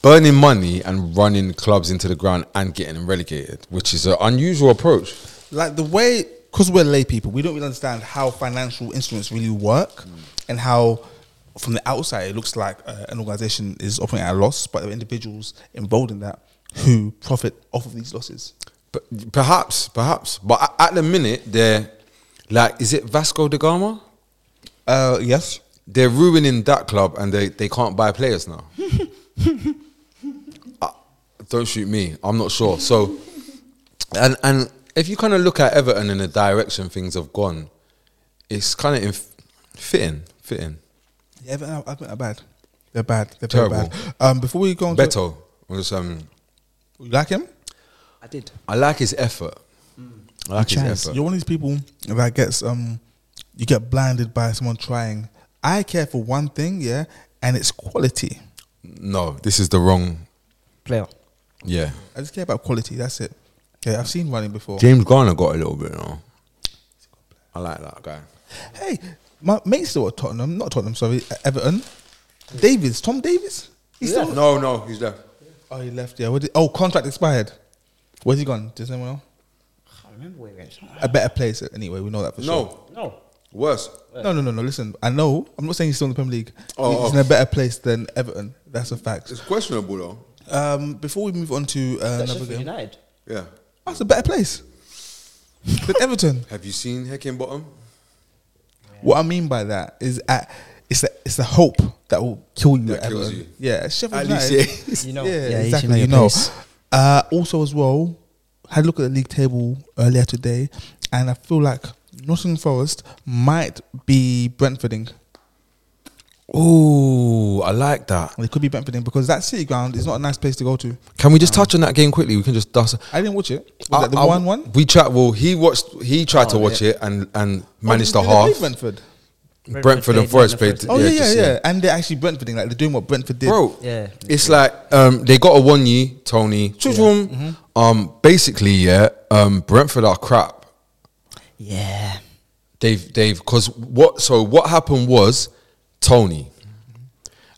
burning money and running clubs into the ground and getting relegated, which is an unusual approach. like the way because we're lay people we don't really understand how financial instruments really work Mm. and how from the outside it looks like uh, an organization is operating at a loss but there are individuals involved in that who profit off of these losses But perhaps, perhaps, but a- at the minute they're like, is it Vasco da Gama? uh yes They're ruining that club and they, they can't buy players now. Uh, don't shoot me. I'm not sure. So, and and if you kind of look at Everton and the direction things have gone, it's kind of inf- fitting, fitting. yeah but I, I think they're bad they're bad they're very Terrible. bad um before we go on to, Beto was um, you like him I did. I like his effort. I like his Chance. effort. You're one of these people that gets um, you get blinded by someone trying. I care for one thing, yeah, and it's quality. No, this is the wrong. Player. Yeah, I just care about quality. That's it. Okay, I've seen running before. James Garner got a little bit. No? I like that guy. Hey, my mate's still at Tottenham, not Tottenham, sorry, Everton. Davies, Tom Davies. He's still. No, no, he's there. Oh, he left. Yeah. Where did, oh, contract expired. Where's he gone? Does anyone know? I can't remember where he went. A better place. Anyway, we know that for sure. No, No. worse. No, no, no, no. Listen, I know. I'm not saying he's still in the Premier League. Oh, he's oh. in a better place than Everton. That's a fact. It's questionable though. Um, before we move on to uh, That's another Sheffield game, United. Yeah. that's a better place. But Everton. Have you seen Heckingbottom? What I mean by that is, at, it's the, it's the hope that will kill you. That at kills Everton. you. Yeah, Sheffield At United. least yeah. You know. yeah, you exactly. You your know. place. Uh, also, as well, had a look at the league table earlier today, and I feel like Nottingham Forest might be Brentfording. Ooh, I like that. They could be Brentfording because that City ground is not a nice place to go to. Can we just touch on that game quickly? We can just dust. I didn't watch it. Was I- that the I- one-one? We tried. Well, he watched. He tried to watch it and and Oh, managed the half. Brentford. Brentford, Brentford and played Forest Brentford. played. Oh yeah, yeah, just, yeah, And they're actually Brentfording. Like they're doing what Brentford did. Bro, Yeah. it's like um, they got a one year Tony. Choo-choom. Mm-hmm. Um, basically, yeah. Um, Brentford are crap. Yeah. They've they've because what so what happened was Tony,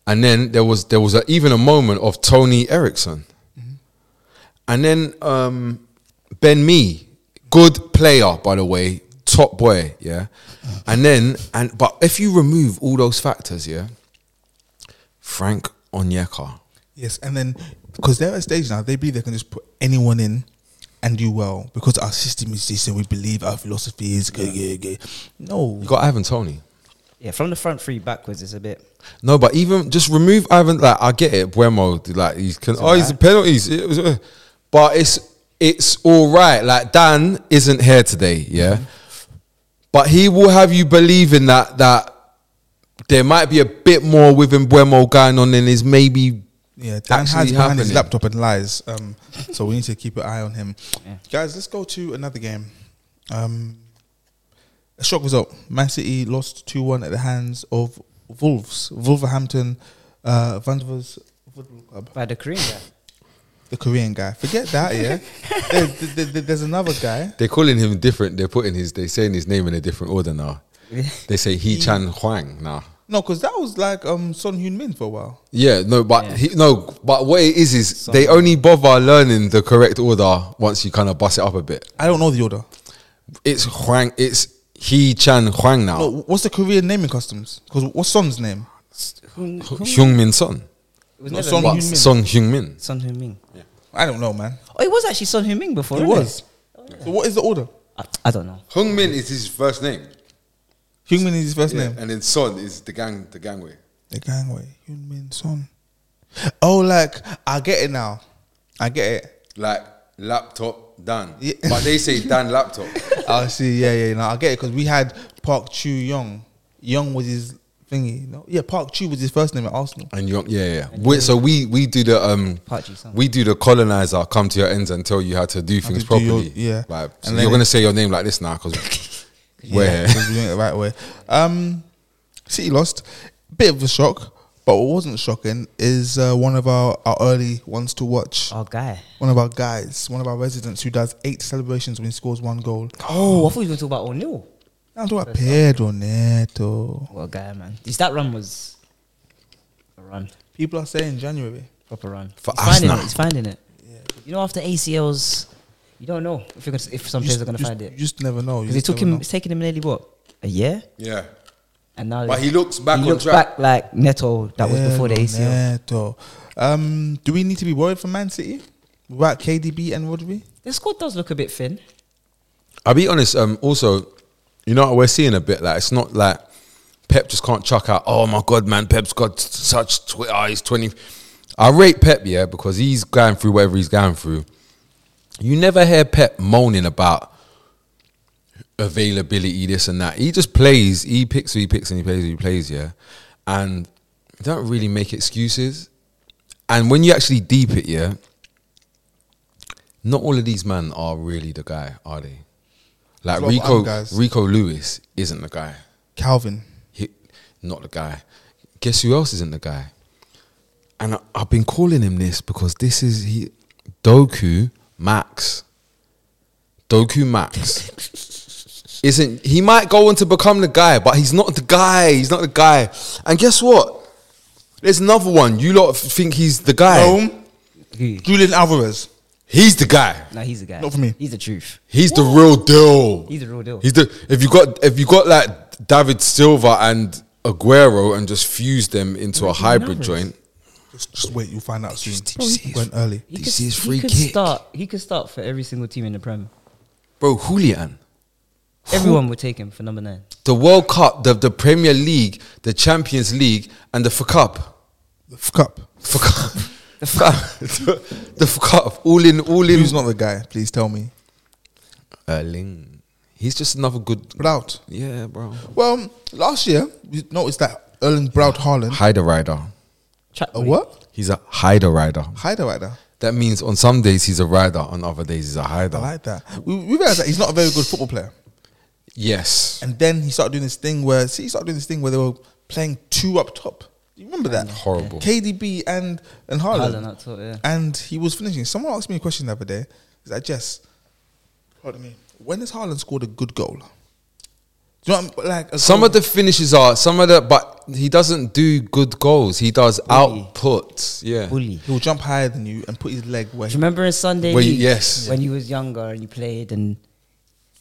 and then there was there was a, even a moment of Tony Erickson, and then um, Ben Me, good player by the way, top boy, yeah, and then and but if you remove all those factors, yeah, Frank Onyeka, Yes, and then because they're at a stage now, they believe they can just put anyone in and do well because our system is this, and we believe our philosophy is good, good, good. No, you got Ivan Tony. Yeah, from the front three backwards, it's a bit. No, but even just remove Ivan. Like I get it, Buemo. Like he's can, oh, he's the penalties. It was, uh, but it's it's all right. Like Dan isn't here today, yeah. But he will have you believing that that there might be a bit more with Buemo going on than is maybe. Yeah, Dan hides actually behind his happening. laptop and lies. Um, so we need to keep an eye on him. Guys, let's go to another game. Um, a shock result. Man City lost 2 1 at the hands of Wolves. Wolverhampton, uh, Vandevers Football Club. By the Korean guy. The Korean guy. Forget that, yeah. there, there- there- there's another guy. They're calling him different. They're putting his. They're saying his name in a different order now. They say He Chan Huang now. No, because that was like um, Son Heung Min for a while. Yeah, no, but Yeah. he, no, but what it is is they only bother learning the correct order once you kind of bust it up a bit. I don't know the order. It's Huang. It's He Chan Huang now. No, what's the Korean naming customs? Because what's Son's name? Who- who- It Hyung Min Son. was Not never Son Min. Heung-min. Song Hyung Min. Son Heung-min. I don't know, man. Oh, it was actually Son Heung-min before. It wasn't was. So what is the order? I, I don't know. Hyung Min is his first name, Heung Min is his first name. and then Son is the gang, the gangway. The gangway, Hyun Min Son. Oh, like I get it now. I get it. Like laptop Dan, Yeah. but they say Dan laptop. Oh, I see. Yeah, yeah. Now I get it because we had Park Chu Young. Young was his thingy. No, yeah, Park Chu was his first name at Arsenal. And you, yeah, yeah. We, so we we do the um, Parchy song. we do the colonizer. Come to your ends and tell you how to do things to do your- properly. yeah. like And so then you're it- gonna say your name like this now because Yeah, where because we went the right way. Um, City lost. Bit of a shock, but what wasn't shocking is uh, one of our, our early ones to watch. Our guy. One of our guys, one of our residents who does eight celebrations when he scores one goal. Oh, I thought you were talking about O'Neill. I'm talking about Pedro Neto. What a guy, man. This, that run was a run. People are saying January. Proper run. For he's finding Arsenal. it. He's finding it. You know, after ACLs, you don't know if, you're gonna, if some You players just- are going to you find just- it. You just never know. You Because it just took never him, know. it's taken him nearly what? A year? yeah. And now But he looks back he on looks track. back like Neto that was before the Pedro ACL. Neto. Um, do we need to be worried for Man City? About KDB and Rodri? The squad does look a bit thin. I'll be honest. Um, also, you know what we're seeing a bit like it's not like Pep just can't chuck out. Oh my god, man, Pep's got such twi- oh, he's twenty. I rate Pep yeah because he's going through whatever he's going through. You never hear Pep moaning about availability, this and that. He just plays. He picks who he picks and he plays who he plays. Yeah, and you don't really make excuses. And when you actually deep it, yeah, not all of these men are really the guy, are they? Like There's a lot of Rico, other guys. Rico Lewis isn't the guy. Calvin. He, not the guy. Guess who else isn't the guy? And I, I've been calling him this because this is he, Doku Max. Doku Max isn't. He might go on to become the guy, but he's not the guy. He's not the guy. And guess what? There's another one. You lot think he's the guy. Rome. Julian Alvarez. He's the guy. No, he's a guy. Not for me. He's the truth. He's the real deal. He's the real deal. He's the if you got if you got like David Silva and Aguero and just fused them into a hybrid Alvarez. joint. Just, just wait, you'll find out soon. Did you see his- Went early. He Did you could, see his he free could kick? start. He could start for every single team in the Prem. Bro, Julian. Everyone would take him for number nine. The World Cup, the, the Premier League, the Champions League, and the FA Cup. The fuck up. FA Cup. the FA Cup. the, FA Cup. All in all in Who's not the guy? Please tell me. Erling. He's just another good Brout. Yeah, bro. Well, last year we noticed that Erling Brout Haaland. Hider rider. Chat A what? He's a hider rider. Hider right there. That means on some days he's a rider, on other days he's a hider. I like that. We, we realized that he's not a very good football player. yes. And then he started doing this thing where see, he started doing this thing where they were playing two up top. You remember that? Horrible. KDB and and Haaland. Haaland up top, yeah. And he was finishing. Someone asked me a question the other day. Is that Jess? Pardon me. When has Haaland scored a good goal? Do you know what I'm, like a Some goal- of the finishes are some of the, but he doesn't do good goals. He does Bully. outputs. Yeah, Bully. he'll jump higher than you and put his leg where Do he you remember in Sunday Well, league yes. when you was younger and you played and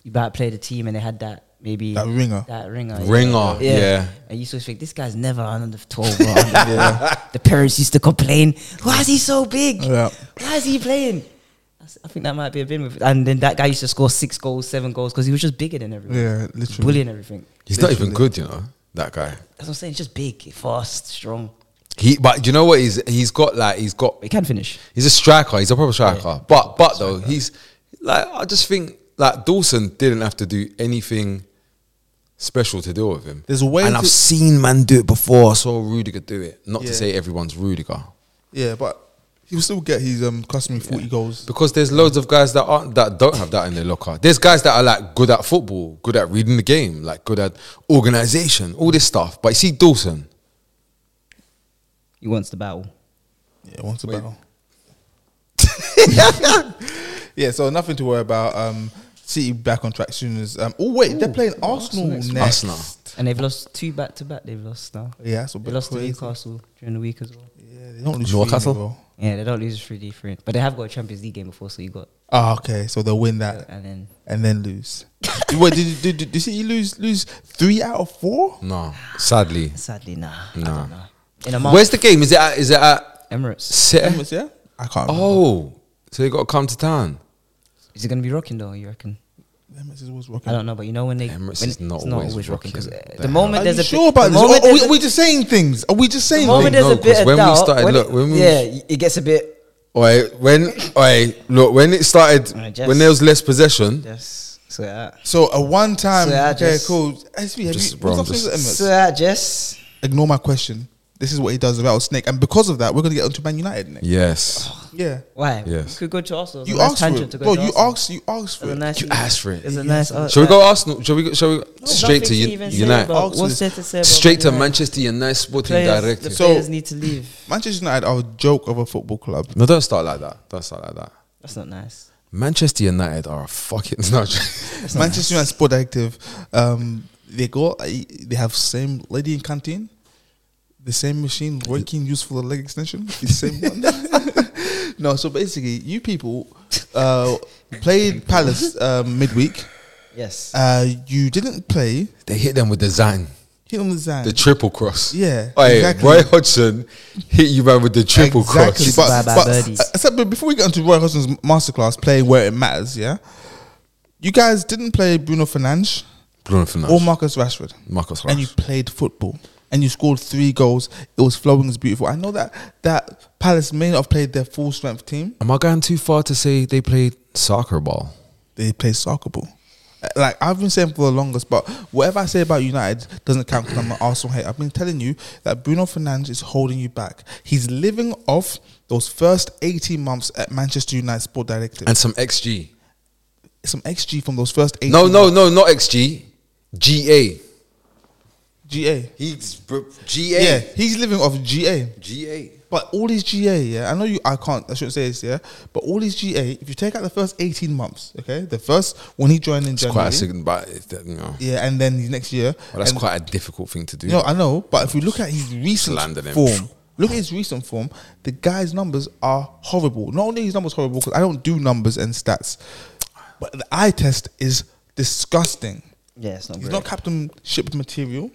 you about played a team and they had that maybe That ringer. that ringer, Ringer, yeah. And you used to think this guy's never under twelve. Or under The parents used to complain, "Why is he so big? Yeah. Why is he playing?" I s- I think that might be a bit. of- And then that guy used to score six goals, seven goals because he was just bigger than everyone, Yeah, literally. bullying everything. he's not even good. You know that guy. That's what I'm saying. Just big, fast, strong. He, but you know what? He's he's got like he's got But he can finish. he's a striker. He's a proper striker. But but though he's like I just think like Dawson didn't have to do anything special to deal with him. There's a way and to- I've seen man do it before. I saw Rudiger do it. Not Yeah. to say everyone's Rudiger. Yeah, but he'll still get his um customary forty goals. Because there's loads of guys that aren't that don't have that in their locker. There's guys that are like good at football, good at reading the game, like good at organization, all this stuff. But you see Dawson, He wants the battle. Yeah, once a battle. yeah, so nothing to worry about. Um, City back on track soon as. Um, oh wait, they're playing Arsenal next. Arsenal. And they've lost two back to back. They've lost now. Yeah, that's a They bit lost crazy. to Newcastle during the week as well. Yeah, they don't lose Newcastle? Newcastle. Yeah, they don't lose three D three, but they have got a Champions League game before, so you got Ah, okay, so they'll win that and then and then lose. wait, did did, did, did you see you lose lose three out of four? No, sadly. sadly nah, I Nah. don't know. In a month, Where's the game? Is it at, is it at Emirates? City? Emirates, yeah, I can't. Remember. Oh, so you got to come to town. Is it gonna be rocking though? You reckon? Emirates is always I rocking. don't know, but you know when they Emirates when is not always rocking, 'cause, rocking. uh, The the hell. moment Are there's you a sure bit, about the this? moment Or- or there's we- a- are we just saying things? Are we just the saying moment things? there's No, a bit 'cause of when we doubt, started- when look, it- when we- yeah, y- it gets a bit. Oi, when oi, look, when it started, Right, just- when there was less possession, Yes, so that, So a one time, So I okay, just- cool. SB, have Just you, wrong, what's up with just- Emirates? so that, Jess. ignore my question. This is what he does about Snake, and because of that, we're going to get onto Man United next. Yes. Yeah, Why? Yes. We could go to Arsenal. It's a you nice asked for tangent it. to go Bro, to you Arsenal. asked, you asked for It's a it. nice- You asked for it. It's a Yes. nice. uh, Shall we go Arsenal? Shall we? Go, shall we straight to nothing Un- even say United? about- Arsenal What's is there to say about Straight to United? Manchester United sporting Players- director. The So- players need to leave. Manchester United are a joke of a football club. No, don't start like that. Don't start like that. That's not nice. Manchester United are a fucking. No, Manchester United sport directive. Um, they go. They have same lady in canteen, the same machine working useful leg extension. The same one. no, so basically, you people uh, played Palace um, midweek. Yes. Uh, you didn't play. they hit them with the zang, Hit on the Zan. the triple cross. Yeah, Hey, exactly. Roy Hodgson hit you man with the triple exactly. cross. But, Bye-bye but, birdies. uh, except, but before we get into Roy Hodgson's masterclass, playing where it matters, yeah. You guys didn't play Bruno Fernandes Bruno Fernandes. or Marcus Rashford. Marcus and you Rashford. played football and you scored three goals. It was flowing, it was beautiful. I know that that Palace may not have played their full strength team. Am I going too far to say they played soccer ball? They played soccer ball. Uh, Like I've been saying for the longest, but whatever I say about United doesn't count because I'm an Arsenal hater. I've been telling you that Bruno Fernandes is holding you back. He's living off those first 18 months at Manchester United Sport Directive. And some XG. Some XG from those first 18 No, no, months. no, not XG. GA. GA. He's Yeah, GA. he's living off GA. GA. But all these GA, yeah, I know you. I can't. I shouldn't say this, yeah. But all these GA, if you take out the first eighteen months, okay, the first when he joined in It's January, quite a sign, but it's that, you know, yeah, and then the next year, well, that's and- quite a difficult thing to do. You know, I know, but if we look at his recent Slander them. form, look at his recent form. The guy's numbers are horrible. Not only his numbers horrible because I don't do numbers and stats, but the eye test is disgusting. Yeah, it's not He's great. not captain ship material.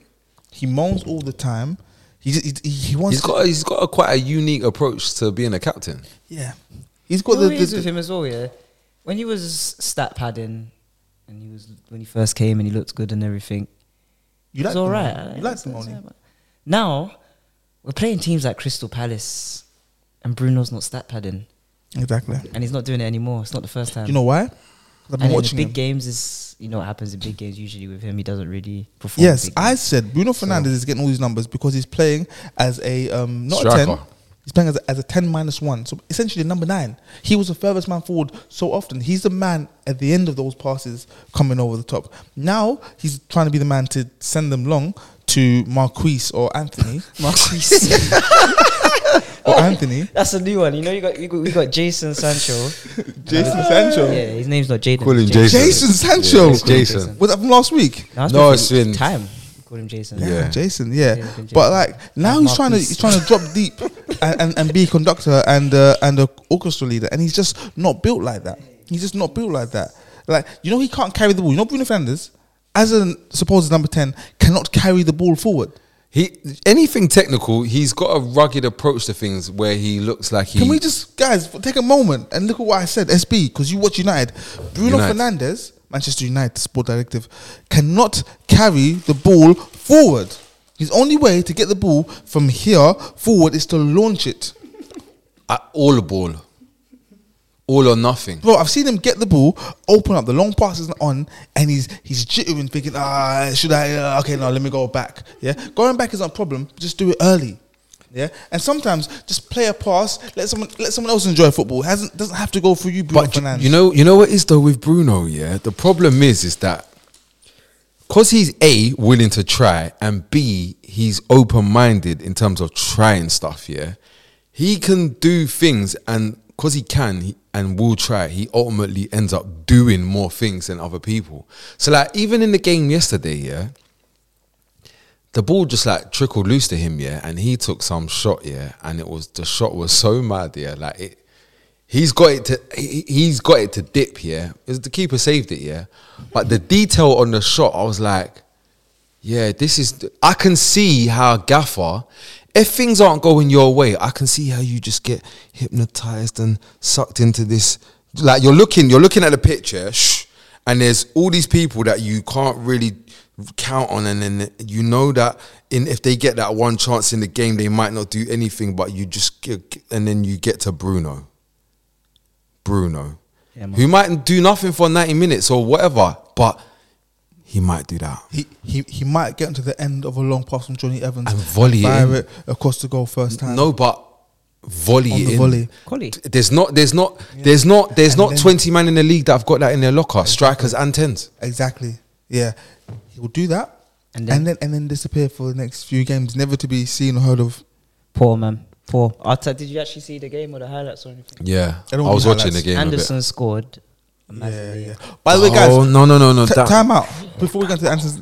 He moans all the time. He he, he, he wants. he's got he's got a quite a unique approach to being a captain. yeah. He's What got the, it the, is the with him as well, yeah. When he was stat padding, and he was when he first came and he looked good and everything, You it like was all right. You like the money. Now we're playing teams like Crystal Palace, and Bruno's not stat padding, Exactly. and he's not doing it anymore. It's not the first time. You know why? 'Cause I've Um, and been in the watching big him. games is you know what happens in big games usually with him. He doesn't really perform. in Yes, big I games. said Bruno Fernandes is getting all these numbers because he's playing as a um, not a ten. Striker. He's playing as a, as a ten minus one, so essentially number nine. He was the furthest man forward so often. He's the man at the end of those passes coming over the top. Now he's trying to be the man to send them long to Marquise or Anthony Marquise. or Anthony That's a new one. You know, you got, you got we got Jason Sancho. Jason Sancho. Yeah, his name's not Jaden. Call him Jason. Jason. Jason Sancho. it's Jason. Was that from last week? No, it's No, been- it's been- time. We called him Jason. Yeah, Yeah. Jason. Yeah, Yeah, Jason. but like now Like he's trying to Marcus. he's trying to drop deep and, and, and be a conductor and uh, and a orchestra leader, and he's just not built like that. He's just not built like that. Like you know, he can't carry the ball. You know, Bruno Fernandes, as a supposed number ten, cannot carry the ball forward. He anything technical, he's got a rugged approach to things where he looks like he. Can we just guys take a moment and look at what I said, SB? Because you watch United, Bruno United. Fernandes, Manchester United sport directive, cannot carry the ball forward. His only way to get the ball from here forward is to launch it. Uh, all the ball, all or nothing? Bro, I've seen him get the ball, open up. The long pass isn't on, and he's he's jittering, thinking, ah, should I? Uh, okay, no, let me go back. Yeah, going back is not a problem. Just do it early. Yeah, and sometimes just play a pass. Let someone let someone else enjoy football. Hasn't doesn't have to go through you, Bruno But you, Fernandes. you know, you know what is though with Bruno, yeah. The problem is, is that because he's a willing to try and b he's open minded in terms of trying stuff. Yeah, he can do things, and because he can he, and will try, he ultimately ends up doing more things than other people. So, like, even in the game yesterday, yeah, the ball just like trickled loose to him, yeah, and he took some shot, yeah, and it was the shot was so mad, yeah, like it. He's got it to he, he's got it to dip, yeah. Is the keeper saved it, yeah, but the detail on the shot, I was like, yeah, this is. I can see how Gaffer, if things aren't going your way, I can see how you just get hypnotized and sucked into this. Like you're looking, you're looking at the picture, shh, and there's all these people that you can't really count on, and then you know that in if they get that one chance in the game, they might not do anything, but you just get, and then you get to Bruno. Bruno, Yeah, man. who might do nothing for 90 minutes or whatever, but he might do that. He, he he might get into the end of a long pass from Johnny Evans And volley it fire in. it across the goal first time. No, but volley On it the in. volley. Volley. T- There's not. There's not. There's not. There's And not then- twenty man in the league that have got that in their locker. Strikers and tens. Exactly. Yeah. He will do that and And then- then and then, disappear for the next few games, never to be seen or heard of. Poor man. Poor. Arteta, did you actually see the game or the highlights or anything? Yeah, I, I don't was think watching the highlights. game. A bit. Anderson scored. Yeah, Massively. yeah. By the way, guys, oh no no no no! t- that- time out. Before we go to the answers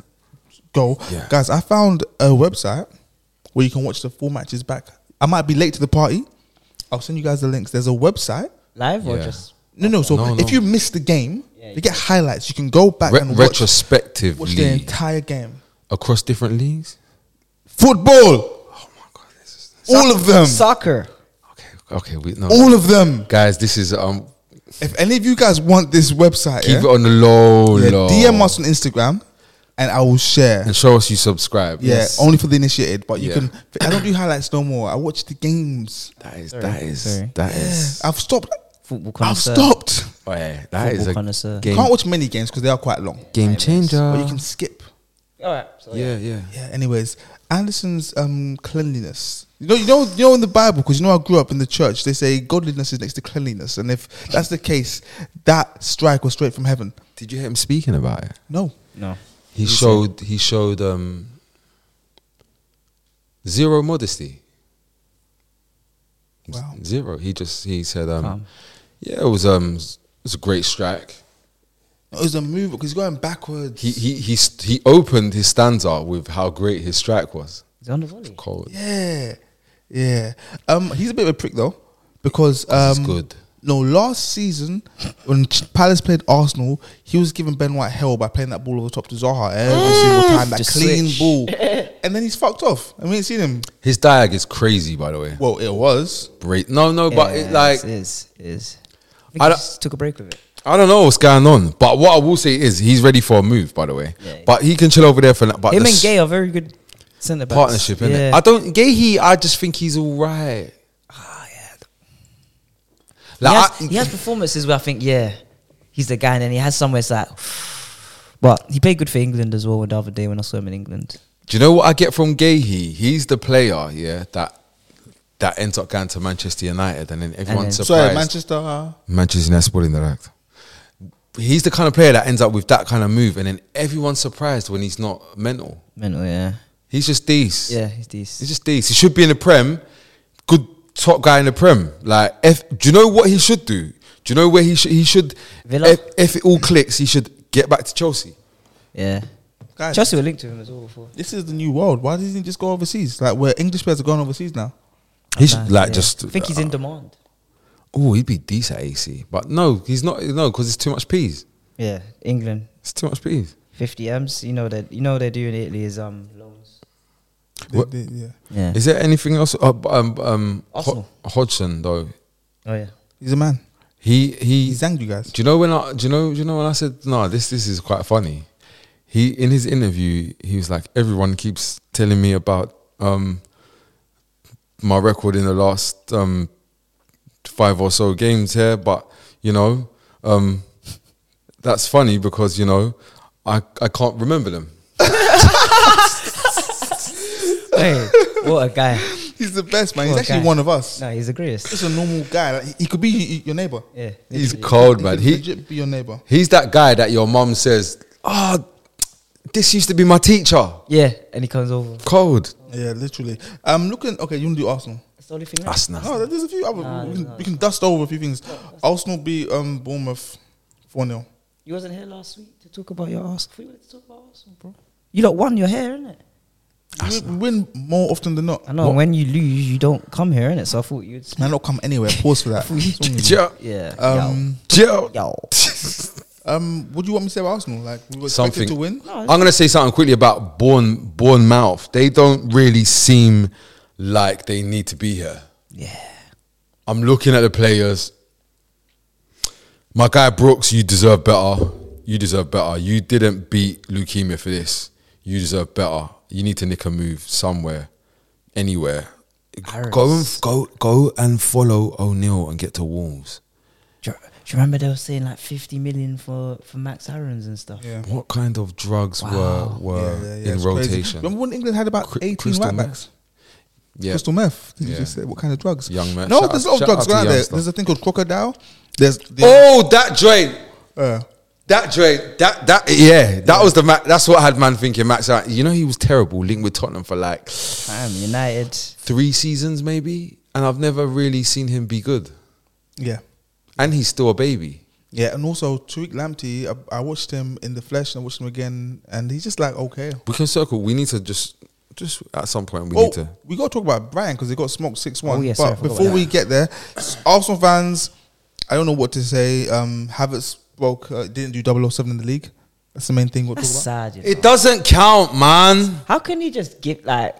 goal, Yeah. guys, I found a website where you can watch the full matches back. I might be late to the party. I'll send you guys the links. There's a website. Live or Yeah. just. No, no. So No, if no. you miss the game, Yeah, you you get highlights. You can go back Re- and watch, watch the retrospectively entire game. across different leagues. Football, Oh my god! This is, all of them, Soccer. okay, okay. We no, all of them. guys. This is um. If any of you guys want this website, Keep yeah, it on the low, yeah, low. DM us on Instagram, and I will share. and show us you subscribe. Yeah, Yes. only for the initiated. But you Yeah. can. I don't do highlights no more. I watch the games. that is that is sorry. that is. I've stopped. Football I've connoisseur. stopped. Oh, yeah, that is Football a connoisseur. game Can't watch many games because they are quite long. game changer. But you can skip. All right. So yeah. yeah, yeah. Yeah. Anyways, Anderson's um, cleanliness. You know, you know, you know, in the Bible, because you know, I grew up in the church. They say godliness is next to cleanliness, and if that's the case, that strike was straight from heaven. Did you hear him speaking about it? No, No. He showed he showed um zero modesty. Z- Wow. Zero. He just he said um Calm. yeah, it was um it was a great strike. it was a move because he's going backwards. He he he st- he opened his stanza with how great his strike was. He's on the volley. Cold. yeah, yeah. Um, he's a bit of a prick though, because um, 'Cause he's good. No, last season when Ch- Palace played Arsenal, he was giving Ben White hell by playing that ball over the top to Zaha every single time. That Just clean switch. ball, and then he's fucked off, and we ain't seen him. His diag is crazy by the way. Well, it was. Great. No, no, but it like is is. I, think I he don't- just took a break with it. I don't know what's going on. But what I will say is he's ready for a move by the way. Yeah, yeah. But he can chill over there for now. But Him the and s- Gay are very good centre backs. partnership, innit? I don't gay he I just think he's all right. Ah, yeah. Like, he, I- has, he has performances where I think, yeah, he's the guy, and then he has somewhere it's like, but he played good for England as well the other day when I saw him in England. Do you know what I get from Gahey? He's the player, yeah, that that ends up going to Manchester United, and then everyone's then- surprised. Sorry, Manchester. uh, Manchester United Sporting Direct. He's the kind of player that ends up with that kind of move, and then everyone's surprised when he's not mental. Mental, yeah, He's just these. yeah, he's decent. He's just these. He should be in the Prem. Good top guy in the Prem. Like, if do you know what he should do? Do you know where he should? He should. Villa? If, if it all clicks, he should get back to Chelsea. Yeah, Guys, Chelsea were linked to him as well before. this is the new world. Why doesn't he just go overseas? Like where English players are going overseas now. He should Nah, like yeah. just. I think he's in demand. Oh, he'd be decent at AC, but no, he's not. No, because it's too much peas. Yeah, England It's too much peas. fifty m's. You know that. You know what they do in Italy is um loans. They- What? they- yeah. Yeah. Is there anything else? Uh, b- um, um, Ho- Arsenal. Hodgson though, oh yeah. He's a man. he he. He's angry, guys. Do you know when I? Do you know? Do you know when I said no? This this is quite funny. He in his interview, he was like, everyone keeps telling me about um my record in the last um five or so games here, but you know, um that's funny because you know I I can't remember them. hey, what a guy. He's the best man. He's Poor actually guy. one of us. No, he's the greatest. Just a normal guy. Like, he- he could be y- y- your neighbor. Yeah. He's literally. cold, man. could He legit be your neighbor. He's that guy that your mum says, "Ah, this used to be my teacher." Yeah, and he comes over. Cold. Yeah, literally. I'm looking. Okay, you want to do Arsenal? That's the only thing. left. That's nasty. No, there's a few other. Nah, we, there's can, not. we can dust over a few things. Arsenal beat um, Bournemouth 4 0. You wasn't here last week to talk about your Arsenal. We wanted to talk about Arsenal, bro. You lot won your hair, innit? We, we win more often than not. I know. and When you lose, you don't come here, innit? So I thought you'd. Man, not come anywhere. Pause for that. What's wrong with you? Yeah. Yeah. Um, Yeah. yo. yo. um, what do you want me to say about Arsenal? Like, we were Something. expected to win. No, I'm gonna say something quickly about Bourne Bournemouth. They don't really seem like they need to be here. Yeah. I'm looking at the players. My guy Brooks, you deserve better. You deserve better. You didn't beat leukemia for this. You deserve better. You need to nick a move somewhere, anywhere. Go and go go and follow O'Neill and get to Wolves. Do you, do Do you remember they were saying like 50 million for, for Max Aaron's and stuff? Yeah. What kind of drugs Wow. were were Yeah, yeah, yeah, in it's crazy. rotation? Remember when England had about Cr- 18 crystal right meth? backs? Yeah, Crystal meth. Did you Yeah. just say what kind of drugs? Young meth. No, Shout there's a out- lot of shout drugs out to around young there. stuff. There's a thing called crocodile. There's the, Oh, that joint. uh, That joint. That that yeah. That was the ma- that's what had man thinking Max. Out. You know he was terrible. Linked with Tottenham for like Damn, United. three seasons maybe, and I've never really seen him be good. yeah. And he's still a baby. Yeah, and also Tariq Lamptey, I, I watched him in the flesh and I watched him again, and he's just like okay. We can circle. We need to just just at some point we oh, need to. we got to talk about Brian because they got smoked six one. Oh, yeah, sorry, I but forgot about before that. we get there, s- Arsenal fans, I don't know what to say. Um, Havertz spoke, uh, didn't do 007 in the league. That's the main thing we'll talk That's about. sad. you know. It doesn't count, man. How can you just give like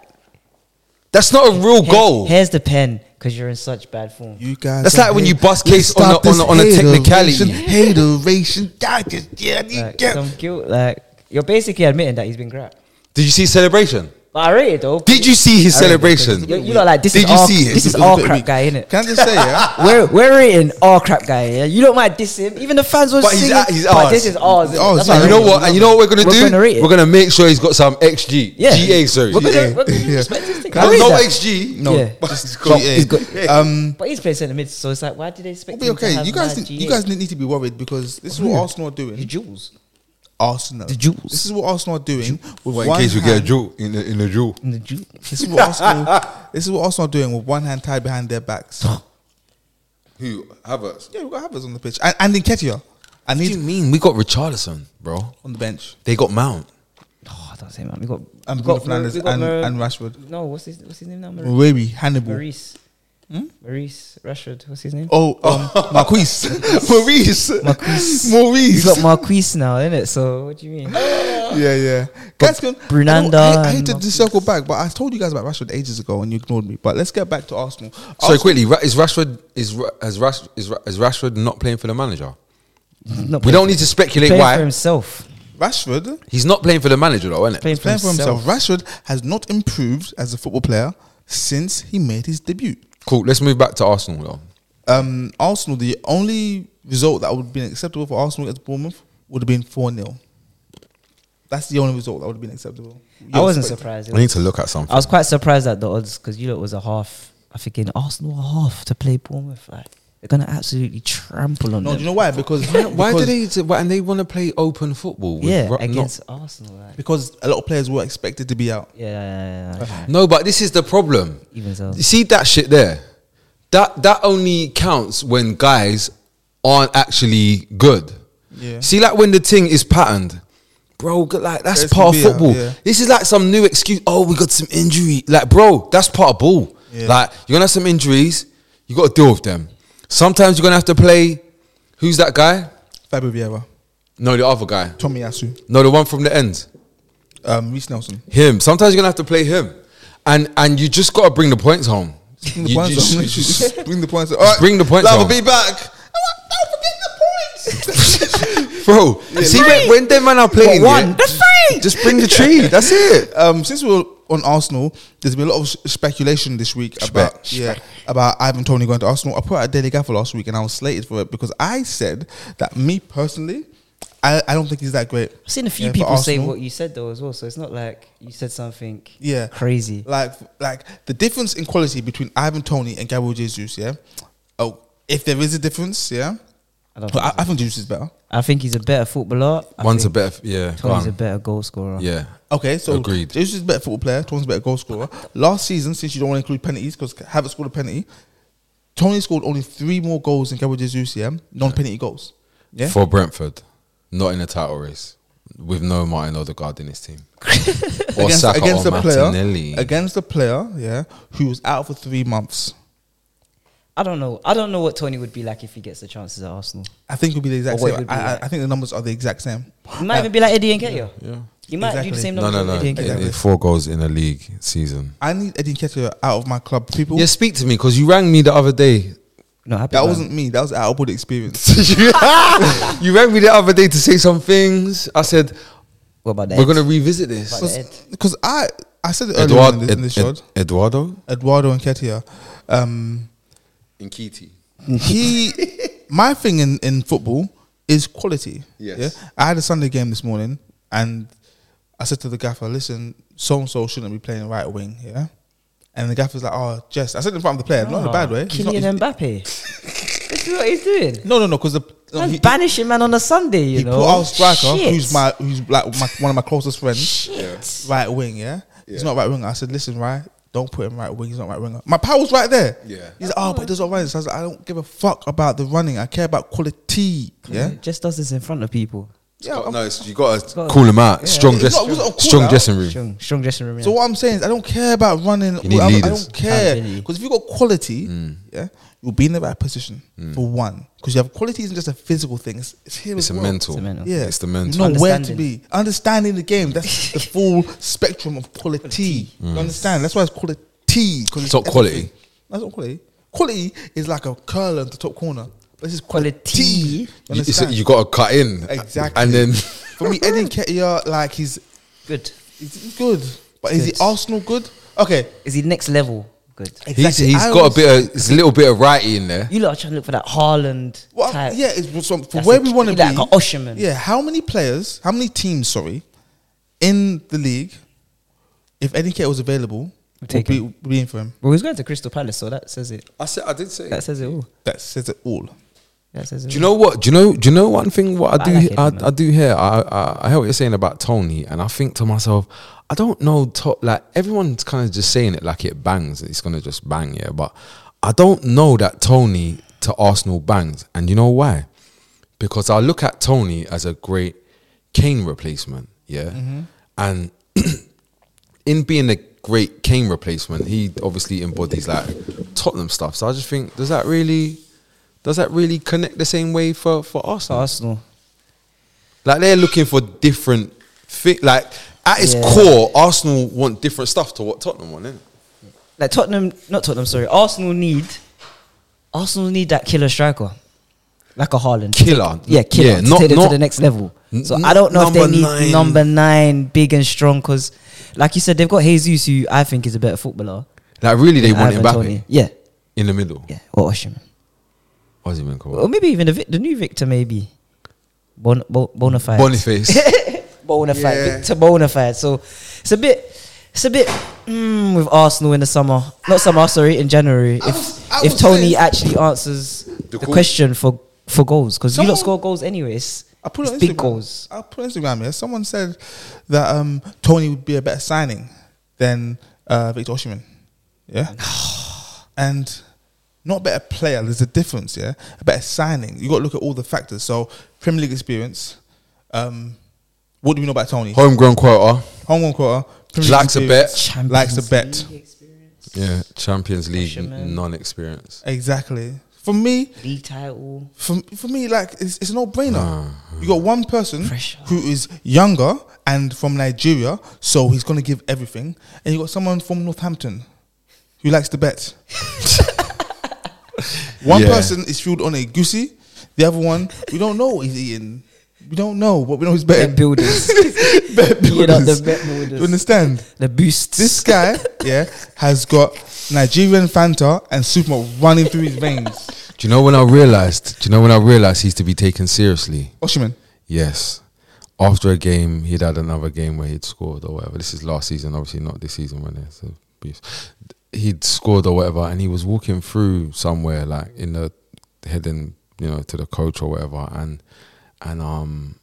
That's not a real "Here- goal. Here's the pen because you're in such bad form. You guys, That's are like when you hate- bust Let's case on start a- on a- this on a technicality. Hateration, hateration, that is- yeah, you like, get- some guilt. Like you're basically admitting that he's been crap. Did you see his celebration? But I rate it though. Did you see his I rate it, 'cause celebration? You, you look like this Did is you all, see it? this It's is a all bit crap weak. guy, innit? Can I just say, yeah, We're we're rating all crap guy. Yeah? You don't mind diss him. Even the fans were But he's singing. at- he's but ours. this is ours. innit? ours, That's yeah. why I And you know rate it. what? And you know what we're gonna We're do? gonna rate it. we're gonna make sure he's got some XG. Yeah. GA, sorry. We're GA. gonna, we're gonna Yeah. respect this thing. Can I we rate no that. XG. no, Yeah. just Drop. GA. He's got- um. But he's playing centre mid, so it's like, why did they It'll expect? be him to okay. have You guys, mad need, you GA? guys need to be worried because this is what Arsenal are the doing. jewels Arsenal, The Jews. This is what Arsenal are doing. With Well, in one case you hand, get a jewel in the in the jewel. and the jewels. this is what Arsenal. this is what Arsenal are doing with one hand tied behind their backs. Who Havertz? yeah, we got Havertz on the pitch and, and Nketiah. I What do you need mean? We got Richarlison, bro. on the bench They got Mount. Oh, that's it, man. We got and we Bruno got Fernandes we got and, Mar- and Rashford. no, what's his what's his name now? Maurice. Maybe Hannibal. Maurice. Hmm? Maurice Rashford. What's his name? Oh, um, Marquise, Maurice, Marquise. Maurice. He's got Marquise now, isn't it? So what do you mean? yeah, yeah. Guys, can, I, Brunanda don't- I, I hate to and just circle back, but I told you guys about Rashford ages ago and you ignored me. But let's get back to Arsenal. Sorry, quickly. Ra- Is Rashford is Ra- is Rash is, Ra- is Rashford not playing for the manager? Not We playing- don't need to speculate playing for why himself. Rashford he's not playing for the manager, though, isn't it? Playing, He's playing for himself. Rashford has not improved as a football player since he made his debut. Cool. Let's move back to Arsenal, though. Um, Arsenal, the only result that would have been acceptable for Arsenal against Bournemouth would have been 4 0. That's the only result that would have been acceptable. I wasn't Yes, but- surprised. I need to look at something. I was quite surprised at the odds because you lot was a half. I thinking Arsenal a half to play Bournemouth. Like they're gonna absolutely trample on No, them. do you know why? Because Why do because- they? Why, and they want to play open football? with yeah, Ra- not- against Arsenal. Like. Because a lot of players were expected to be out. Yeah, yeah, yeah, yeah. no, but this is the problem. even so. You see that shit there? That that only counts when guys aren't actually good. Yeah. See, like when the thing is patterned, bro. g- Like that's There's gonna part of be a- football. yeah. This is like some new excuse. Oh, we got some injury. Like, bro, that's part of ball. Yeah. Like you're gonna have some injuries. You got to deal with them. Sometimes you're gonna have to play. Who's that guy? Fabio Vieira, No, the other guy. Tommy Asu, No, the one from the end. um, Reese Nelson. Him. Sometimes you're gonna have to play him, and and you just gotta bring the points home. Bring the You points just- up. you just- Bring the points up. All right, bring the points Love up. will be back. Bro, see when, when them man are playing, one, yeah, that's ju- Just bring the tree. That's it. um, since we're on Arsenal, there's been a lot of s- speculation this week about yeah about Ivan Tony going to Arsenal. I put out a daily gaffer last week, and I was slated for it because I said that me personally, I, I don't think he's that great. I've seen a few Yeah, for people say Arsenal. what you said though as well, so it's not like you said something Yeah. crazy. Like like the difference in quality between Ivan Tony and Gabriel Jesus, yeah. Oh, if there is a difference, yeah. I don't. But Think I, I think Jesus is better. I think he's a better footballer. I One's a think better, yeah. go Tony's a on. better goal scorer. Yeah. Okay, so Agreed. Jesus is a better football player. Tony's a better goal scorer. Last season, since you don't want to include penalties because haven't scored a penalty, Tony scored only three more goals than Gabriel Jesus. Yeah, non-penalty goals. Yeah, for Brentford, not in a title race with no Martin Odegaard in his team, or Saka or Martinelli. player, against a player, yeah, who was out for three months. I don't know. I don't know what Tony would be like if he gets the chances at Arsenal. I think it'll be the exact Or what it same. would be I, I, like. I think the numbers are the exact same. He might even be like Eddie and Nketiah. yeah. He might do Exactly. the same No, numbers no, as no. Eddie yeah, Nketiah. yeah, Four goals in a league season. I need Eddie Nketiah out of my club. People, Yeah, speak to me because you rang me the other day. No, happy that about wasn't me. That was our board experience. you rang me the other day to say some things. I said it. What about that? we're gonna revisit this. But Ed. Because I, I said it earlier Eduard, in Ed, this, in this Ed- shot. Eduardo Eduardo Nketiah. Um, Inkiti. he my thing in, in football is quality. Yes. I had a Sunday game this morning and I said to the gaffer, listen, so and so shouldn't be playing right wing, yeah? And the gaffer's like, oh, Jess. I said in front of the player, not in a Oh, bad way. He's not- Kylian he's- Mbappe. this is what he's doing. no, no, no, because the. no, Man's he- banishing man on a Sunday, you he know. put our striker, Shit. who's my, who's like my, one of my closest friends, Shit. right wing. Yeah, he's Yeah. not right winger. I said, listen, right, don't put him right wing. He's not right winger. My power's right there. Yeah. he's like, oh, but he doesn't run. So I was like, I don't give a fuck about the running. I care about quality. Mm-hmm. Yeah, Just does this in front of people. yeah. Oh, I'm- no, it's, you got to Gotta- call him out. Strong It's dressing, not- it's not a call strong out. dressing room. Strong, strong dressing room. Yeah. So what I'm saying is, I don't care about running. You need I, I leaders. Mm. don't care Absolutely. because if you've got quality, yeah, you'll be in the right position for one. Because you have quality isn't just a physical thing; it's, it's here as It's a well. mental. It's a mental. Yeah, It's the mental. You know where to Understanding. be, understanding the game. That's the full spectrum of quality. You understand? That's why it's quality. Because Mm. It's not quality. That's not quality. Quality is like a curl in the top corner. This is Quality. quality. You You, it's- understand? you got to cut in exactly. and then for me, Eddie Nketiah, like he's, good. he's good, but is he Good. Arsenal good? Okay, Is he next level? Good. he's, exactly. he's I got always- a bit of it's a little bit of righty in there. You lot are trying to look for that Haaland Well, type. yeah, it's so for That's where a- we want to he be. like a Osherman. Yeah, how many players, how many teams, sorry, in the league, if Eddie Nketiah was available, Would would take be, would be in for him? Well, he's going to Crystal Palace, so that says it. I said I did say. That says it all. That says it all. That says it. Do you know what? Do you know? Do you know one thing? What I I do, like it, I, man. I, do hear. I, I I hear what you're saying about Tony, and I think to myself, I don't know. To, like everyone's kind of just saying it like it bangs. It's gonna just bang, yeah. But I don't know that Tony to Arsenal bangs, and you know why? Because I look at Tony as a great Kane replacement, yeah, Mm-hmm. and in being a great Kane replacement, he obviously embodies like Tottenham stuff. So I just think, does that really, does that really connect the same way for for For Arsenal? Arsenal. Like they're looking for different fit. Like at its Yeah. core, Arsenal want different stuff to what Tottenham want. Innit? Like Tottenham, not Tottenham, sorry. Arsenal need. Arsenal need that killer striker. Like a Haaland. Killer. Yeah, killer. Yeah, to not- take them not- to the next level. N- So n- I don't know if they number need nine. number nine, big and strong, because, like you said, they've got Jesus, who I think is a better footballer. Like really, they than want Ivan Mbappe Toney. Yeah, in the middle. yeah, Oh, or Osherman. What's he been called? Or maybe even the, Vic- the new Victor, maybe. Bon, bo, Bonafide. Boniface. Bonafide. Yeah. Victor Bonafide. So it's a bit, it's a bit mm, with Arsenal in the summer. Not summer, sorry, in January. If was- I if was Tony saying- actually answers the, call- question for, for goals, because you don't Someone- score goals anyways. I put it it's on big Instagram. goals. I put on Instagram. Yeah, someone said that um, Tony would be a better signing than uh, Victor Osimhen. Yeah, and not better player. There's a difference. Yeah, a better signing. You got to look at all the factors. So Premier League experience. Um, what do we know about Tony? Homegrown quota. Homegrown quarter. Likes a bet. Champions Likes a bet. League experience. Yeah, Champions League Fisherman. non-experience. Exactly. For me, League title. for, for me, like it's, it's a no-brainer. Ah. You got one person Pressure. who is younger and from Nigeria, so he's gonna give everything, and you got someone from Northampton who likes to bet. one Yeah. person is fueled on a goosey, the other one we don't know what he's eating. We don't know, but we know he's Bet betting. builders. Bet You know, builders. the bet Do builders. you understand? the boosts. This guy, yeah, has got Nigerian Fanta and Supermod running through his veins. Do you know when I realized? Do you know when I realized he's to be taken seriously? Oshiman. Yes. After a game, he'd had another game where he'd scored or whatever. This is last season, obviously not this season when it's a beef. He'd scored or whatever, and he was walking through somewhere like in the heading, you know, to the coach or whatever, and and um,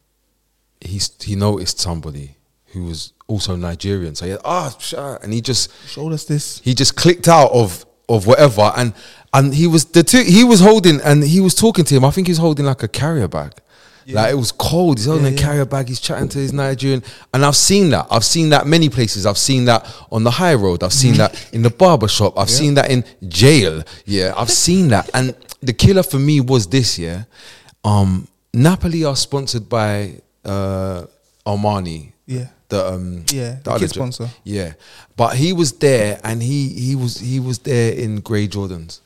he's he noticed somebody who was also Nigerian, so he had, ah, oh, and he just Showed us this. he just clicked out of of whatever and and he was the two he was holding and he was talking to him i think he was holding like a carrier bag like it was cold he's holding a carrier bag he's chatting to his nigerian and i've seen that i've seen that many places i've seen that on the high road i've seen that in the barber shop i've seen that in jail yeah i've seen that and the killer for me was this year um napoli are sponsored by uh armani Yeah. the um Yeah, the other kid jo- sponsor. yeah, but he was there, and he he was he was there in grey Jordans.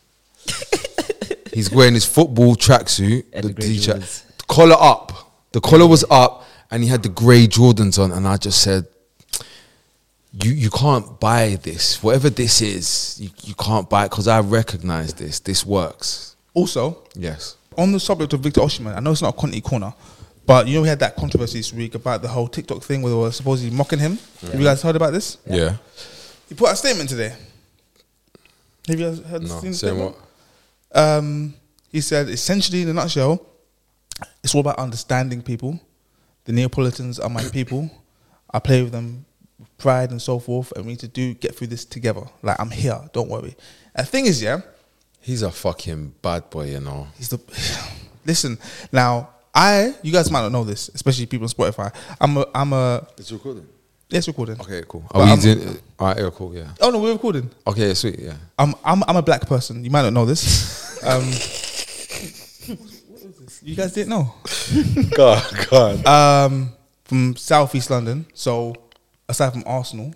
He's wearing his football tracksuit, And the the grey t-shirt, Jordans. the collar up. The collar was up, and he had the grey Jordans on, and I just said. You, you can't buy this. Whatever this is, you, you can't buy it because I recognize this. This works. Also, Yes. on the subject of Victor Oshiman, I know it's not a Conti corner, but you know we had that controversy this week about the whole TikTok thing where they were supposedly mocking him. Have you guys heard about this? Yeah. He put out a statement today. Have you guys heard No. seen the Saying statement? what? um, he said essentially in a nutshell, it's all about understanding people. The Neapolitans are my people. I play with them with pride and so forth, and we need to do get through this together. Like I'm here, don't worry. And the thing is, yeah, He's a fucking bad boy, you know. he's the listen now. I you guys might not know this, especially people on Spotify. I'm a I'm a It's recording. yes recording. Okay, cool. But Are we I'm- doing? All right, uh, yeah, cool. Yeah. Oh no, we're recording. Okay, sweet. Yeah. I'm I'm I'm a black person. You might not know this. Um, you guys didn't know. God, God. Um, from Southeast London. So aside from Arsenal,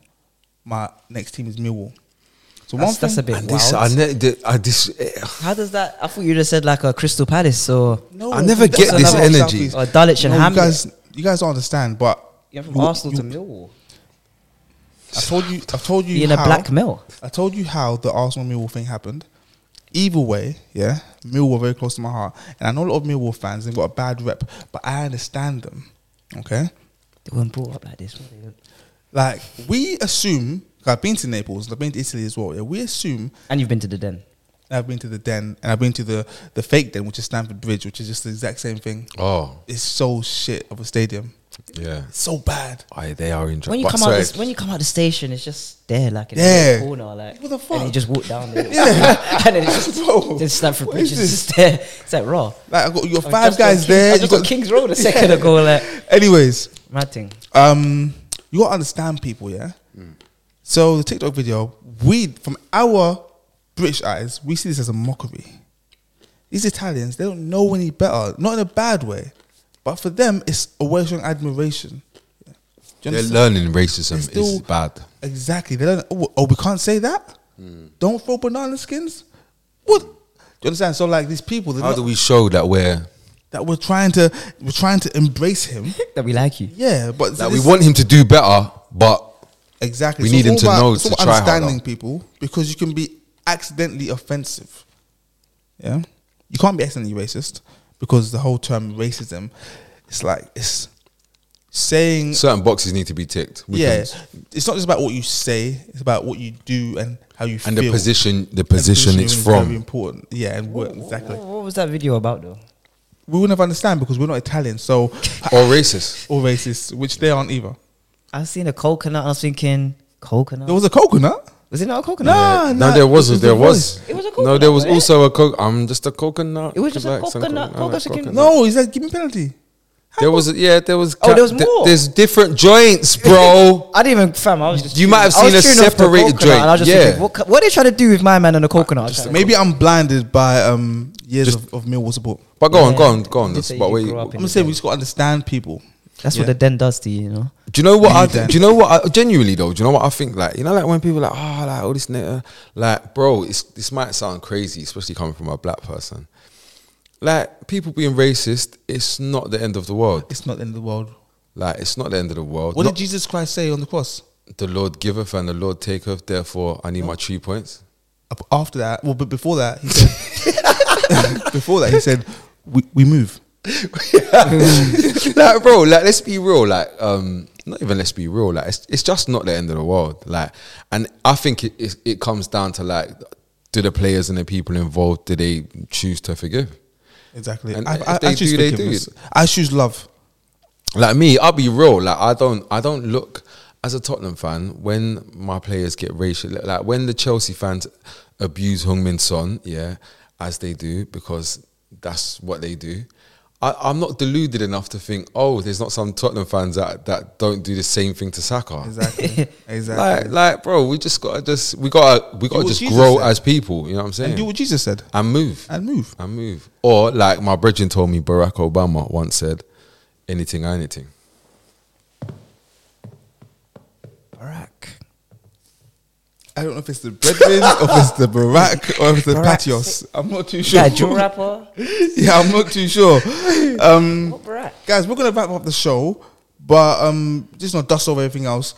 my next team is Millwall. So That's, one that's a thing, bit And wild. this, I, ne- the, I, this, eh. How does that? I thought you'd have said like a Crystal Palace or No, I never that's get a this level of energy. Southeast. Or Dulwich and You Hamlet. guys, you guys don't understand. But you're from you- Arsenal you- to Millwall. I told you. I told you. You're in a how- black mill. I told you how the Arsenal Millwall thing happened. Either way, yeah, Millwall were very close to my heart, and I know a lot of Millwall fans. They've got a bad rep, but I understand them. Okay, They weren't brought up like this. were they? like we assume. 'cause I've been to Naples. I've been to Italy as well. Yeah, we assume And you've been to the den. I've been to the den and I've been to the, the fake den, which is Stamford Bridge, which is just the exact same thing. oh, It's so shit of a stadium. yeah. It's so bad. I, they are in. When you but come sorry. out, this, when you come out the station, it's just there, like in Yeah. the corner, like What the And fuck? you just walk down there, Yeah. and then it's just Bro, just like for what bridges, is this? just there. It's like raw. Like I got your I five Oh, just got guys King- there. I you just got Kings Road a second ago, like Anyways, mad thing. um, you gotta understand people, yeah. Mm. So the TikTok video, we from our British eyes, we see this as a mockery. These Italians, they don't know any better, not in a bad way, but for them, it's a way of showing admiration. Do you they're understand? learning racism It's still- is bad. Exactly. They don't. Oh, oh, we can't say that. Mm. Don't throw banana skins. What? Do you understand? So like these people they're How not, do we show that we're that we're trying to we're trying to embrace him. That we like you. Yeah, but that this- we want him to do better, but exactly. we need it's him all to know it's to all try harder. understanding people because you can be accidentally offensive. Yeah, you can't be accidentally racist because the whole term racism, it's like it's saying certain boxes need to be ticked. We yeah. can- It's not just about what you say; it's about what you do and how you and feel. the position, the And position it's is Very from. important. Yeah, and what, exactly. What was that video about though? We would never understand because we're not Italian, so Or racist. or racist, which they aren't either. I seen a coconut. and I was thinking coconut. There was a coconut. was it not a coconut? Nah, no, nah, there it wasn't. There was. It was a no, there coconut, was wasn't it? also a coke. I'm just a coconut. It was just a Relax, I'm coconut, I like coconut. No, he said, "Give me penalty." There was. Yeah, there was. Oh, there was th- more. There's different joints, bro. I didn't even fam. I was just You might have I was seen a chewing off the separated coconut and I was just joint, thinking, yeah. what, co- what are they trying to do with my man and the coconut? I was like, Maybe I'm blinded by um years of, of Millwall support. But go on, Yeah. go on, go on. Did That's say what you we- grew up I'm in do gonna say we just gotta understand people. that's Yeah. what the den does to you, you know. you know what? You I, need that. do you know what? I, genuinely though, do you know what I think? Like, you know, like when people are like, oh, like all this, nigga," like, bro, it's, this might sound crazy, especially coming from a black person. Like, people being racist, it's not the end of the world. It's not the end of the world. Like, it's not the end of the world. What Not- did Jesus Christ say on the cross? the Lord giveth and the Lord taketh. Therefore, I need my three points. Ab- After that, well, but before that, he said, before that, he said, "We, we move." like, bro, like, let's be real. Like, um, not even let's be real. Like, it's, it's just not the end of the world. Like, and I think it, it it comes down to like, do the players and the people involved do they choose to forgive? Exactly. And I, if I, I they choose do, they do forgiveness. it. I choose love. Like me, I'll be real. Like, I don't I don't look as a Tottenham fan when my players get racial. Like when the Chelsea fans abuse Hung Min Son, yeah, as they do because that's what they do. I, I'm not deluded enough to think, oh, there's not some Tottenham fans that, that don't do the same thing to Saka. Exactly. Exactly. Like, like, bro, we just gotta just we gotta we gotta what just Jesus grow said. as people. You know what I'm saying? and do what Jesus said and move and move. and move. Or like my brethren told me, Barack Obama once said, "Anything, anything." Barack. I don't know if it's the brethren, or if it's the Barack, or if it's the Barack. Patios. I'm not too sure. Yeah, drill rapper. yeah, I'm not too sure. Um, What Barack? guys, we're gonna wrap up the show, but um, just not dust over everything else.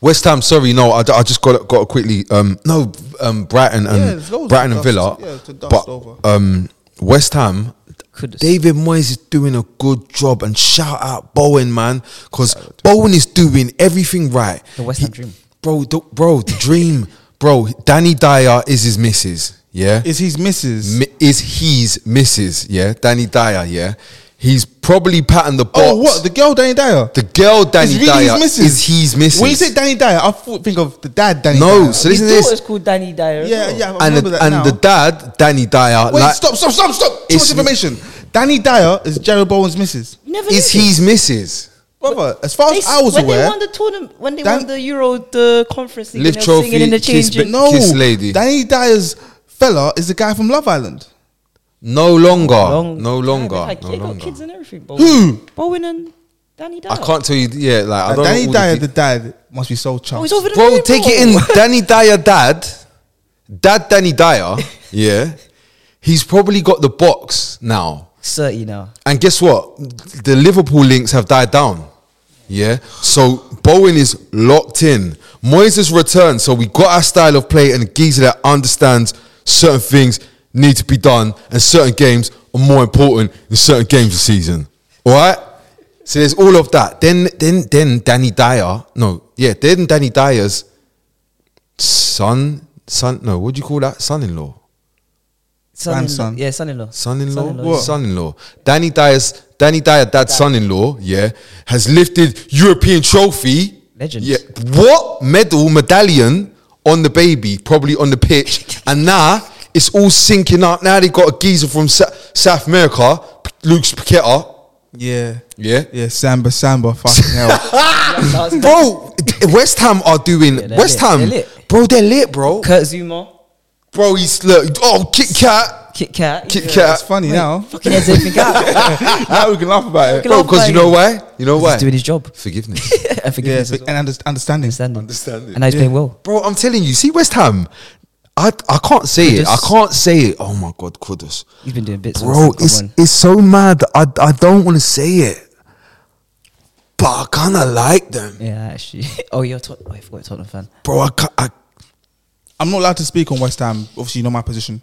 West Ham, sorry, no, I, I just got got to quickly. Um, no, um, Brighton Yeah, and there's loads Brighton to and dust- Villa, yeah, to dust but over. um, West Ham Could've- David Moyes is doing a good job, and shout out Bowen, man, because Bowen is doing everything right. The West He- Ham dream. bro, the, bro, the dream, bro. Danny Dyer is his missus, yeah, Is his missus? Mi- is his missus, yeah. Danny Dyer, yeah. He's probably patting the box. oh, what? The girl Danny Dyer? The girl Danny Is really Dyer his missus? is his missus. When you say Danny Dyer, I thought- think of the dad Danny No, Dyer. so His listen to daughter's this. called Danny Dyer. as yeah, well. yeah, I And, remember the, that now. and the dad, Danny Dyer, Wait, like, stop, stop, stop, stop! Too It's- much information. Danny Dyer is Jared Bowen's missus. You never is knew. his missus. Brother, as far They as s- I was when they aware, won the tournament, when they Dan- won the Euro the conference, league Live and they were singing in the trophy, kiss changing. ba- no, Kiss lady. Danny Dyer's fella is the guy from Love Island. No longer. Long- no Yeah, longer. they had- no they got longer. kids and everything. Bowen. Who? Bowen and Danny Dyer. I can't tell you. Yeah, like I Like, don't Danny know. all Dyer, the the dad, must be so Oh, chuffed. he's over the de- bro, moon, take it bro. in. Danny Dyer, dad, dad, Danny Dyer. Yeah, he's probably got the box now. Thirty now. And guess what? The Liverpool links have died down. Yeah. So Bowen is locked in. Moyes has returned. So we got our style of play and a geezer that understands certain things need to be done and certain games are more important than certain games this season. All right. So there's all of that. Then, then, then Danny Dyer. No, yeah. Then Danny Dyer's son, son. No, what do you call that? Son-in-law. Son-in-law. Grandson. Yeah, son-in-law. Son-in-law, Son-in-law. What? son-in-law. Danny Dyer's Danny Dyer, dad's son-in-law, yeah, has lifted European trophy. Legend. Yeah, what medal, medallion on the baby, probably on the pitch, and now it's all sinking up. Now they got a geezer from Sa- South America, P- Luke Paqueta. yeah, Yeah. yeah. Samba, Samba, fucking hell. Yeah, that's- Bro, West Ham are doing Yeah, they're West lit, Ham, they're lit. bro. They're lit, bro. Kurt Zuma. Bro, he's look. Oh, Kit Kat, Kit Kat. Kit Yeah. That's Kat, funny now. Fucking heads everything out. now we can laugh about it. Fucking bro. laugh Because about you it. know why? You know why? He's doing his job. Forgiveness. and Yeah, forgiveness. as well. and under- understanding. Understanding. Understanding. And now he's Yeah. playing well. Bro, I'm telling you, see West Ham. I I can't say it. I Kudus. can't say it. Oh my god, Kudus. He's been doing bits. Bro, it's it's so mad. I I don't want to say it. But I kind of like them. Yeah, actually. Oh, you're a Tot- oh, I forgot you're a Tottenham fan. Bro, I, ca- I I'm not allowed to speak on West Ham. Obviously, you know my position.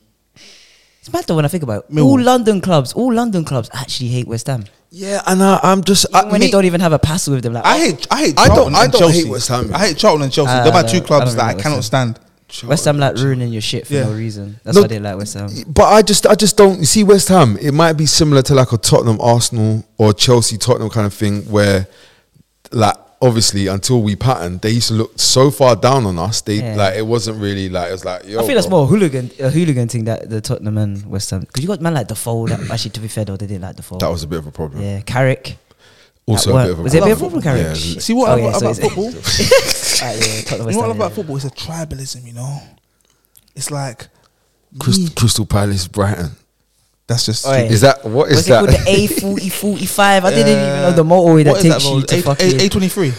It's mad though when I think about it. Millwall. All London clubs, all London clubs actually hate West Ham. yeah, and I, I'm just I, Even when me- they don't even have a pass with them, like I hate, I hate. I don't- Charlton I and don't hate Chelsea. West Ham. I hate Charlton and Chelsea. Ah, They're my no, two I clubs don't that I really like cannot West stand. West Ham like ruining your shit for Yeah. no reason. That's No, why they like West Ham. But I just, I just don't you see West Ham. It might be similar to like a Tottenham, Arsenal, or Chelsea, Tottenham kind of thing, where like obviously until we patterned, they used to look so far down on us. They Yeah. like it wasn't really like it was like. Yo, I think that's bro. more a hooligan, a hooligan thing that the Tottenham and West Ham. Because you got man like Defoe. That, actually, to be fair though, they didn't like Defoe. That was a bit of a problem. yeah, Carrick. Also That a bit of a weren't- was it a bit of a problem, Yeah, Carrick? it's- See what Oh, I yeah, love so about is it- football? Right, yeah, Tottenham, You know what West I Ham, love about yeah. football? It's a tribalism, you know. It's like Crystal, Mm. me- Crystal Palace, Brighton. that's just Oi. stupid. Is that what is What's it called? The that? A forty forty five. I didn't even know Uh, the motorway that what is takes you road? to fucking. A, a, A23.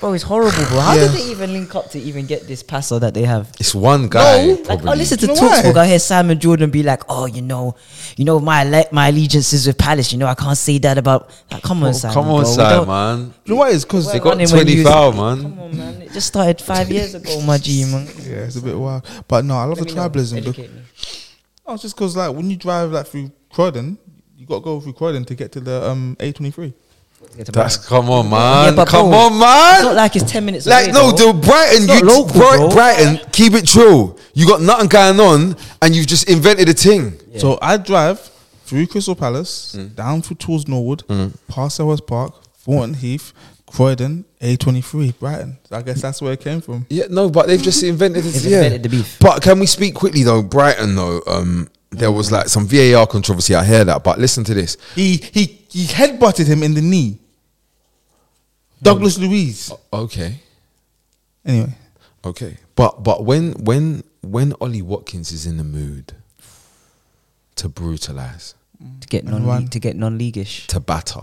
bro, it's horrible, bro. How Yeah. did they even link up to even get this passer that they have? It's one guy. No. Like, probably. I oh, listen to Do you know why? Talksport. I hear Simon Jordan be like, "Oh, you know, you know, my alle- my allegiance is with Palace. You know, I can't say that about." Like, come on, Oh, Simon. come on, bro. We Simon, don't- man. You know what? It's because weren't They got running when 20 you was- foul, man. Come on, man. It just started five years ago, my G, man. yeah, it's a bit wild. But no, I love Let the me know. tribalism. because- Educate me. No, it's just because like when you drive like through Croydon, you got to go through Croydon to get to the um A23. Get to That's Brighton. come on, man. but come bro, on, It's not man. like it's ten minutes. Like away, no, though. the Brighton, It's you not local, Bri- bro. Brighton, keep it true. You got nothing going on, and you've just invented a thing. Yeah. So I drive through Crystal Palace, down through towards Norwood, past Selhurst Park, Thornton Heath, Croydon, A23, Brighton. So I guess that's where it came from. Yeah, no, but they've just invented it. They've yeah. invented the beef. But can we speak quickly though? Brighton though, um, there was like some VAR controversy. I hear that, but listen to this. He he he headbutted him in the knee. Douglas Louise. Okay. Hmm. Anyway, Okay, but but when when when Ollie Watkins is in the mood to brutalize, to get And one. non to get non leagueish. to batter,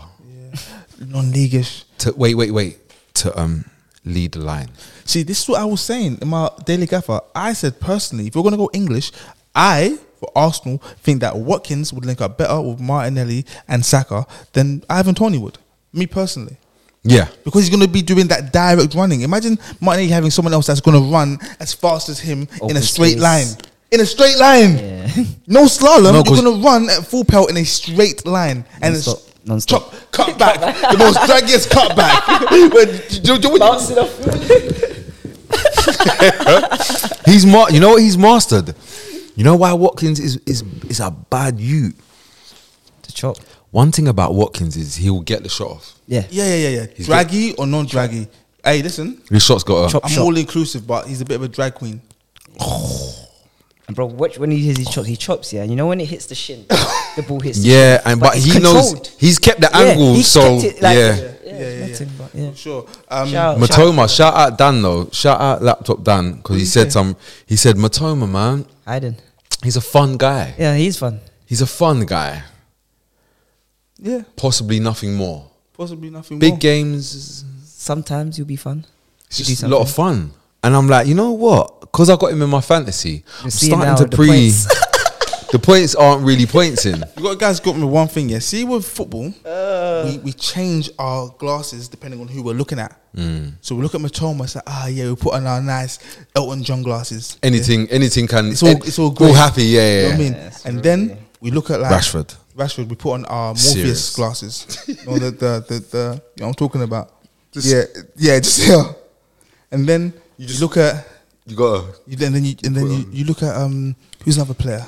non-leagueish. to wait wait wait to um lead the line. See, this is what I was saying in my daily gaffer. I said personally, if we're gonna go English, I for Arsenal think that Watkins would link up better with Martinelli and Saka than Ivan Tony would. Me personally. Yeah, Because he's going to be doing that direct running. Imagine Martinelli having someone else that's going to run as fast as him in Open a straight space. line. in a straight line. Yeah. No slalom. No, You're 'cause- gonna run at full pelt in a straight line and it's Non-stop, non-stop. chop- cut back. the most draggiest cut back. When- do- do- when you- Bouncing off. He's ma- you know what he's mastered. You know why Watkins is is is a bad you. The chop. One thing about Watkins is he will get the shot off. Yeah. yeah, yeah, yeah, yeah. He's Draggy or non-draggy? Hey, listen. His shot's got a Chop. I'm Sure. all inclusive, but he's a bit of a drag queen. And bro, watch when he hits his chops, he chops, yeah. And you know when it hits the shin, the ball hits. the yeah, shin. and but, it's he controlled. knows he's kept the Yeah, angle. he so kept it like- yeah. yeah, Yeah, yeah, it's nothing, but yeah. For sure. Um, Shout out, shout out. Matoma, shout out Dan though. Shout out laptop Dan because he you said say? some. He said Matoma, man, Aiden. he's a fun guy. Yeah, he's fun. He's a fun guy. yeah, Possibly nothing more. possibly nothing Big more. games, Sometimes you'll be fun. it's You just do a lot of fun. And I'm like, you know what? Because I got him in my fantasy. I'm seeing now starting to the pre. points. the points aren't really points in. You got guys got me one thing, yeah. See, with football, we, we change our glasses depending on who we're looking at. Mm. So we look at Matoma, it's like, ah, yeah, we put on our nice Elton John glasses. Anything, anything can. It's all, it's all great. All happy, yeah, yeah. You know what I yeah. mean? it's and really- then we look at like Rashford. Rashford, we put on our Morpheus Serious. glasses. you know, the, the, the, the, you know what I'm talking about. yeah, yeah, just yeah. And then you just look at You gotta. you then, then you and then you, you look at um who's another player?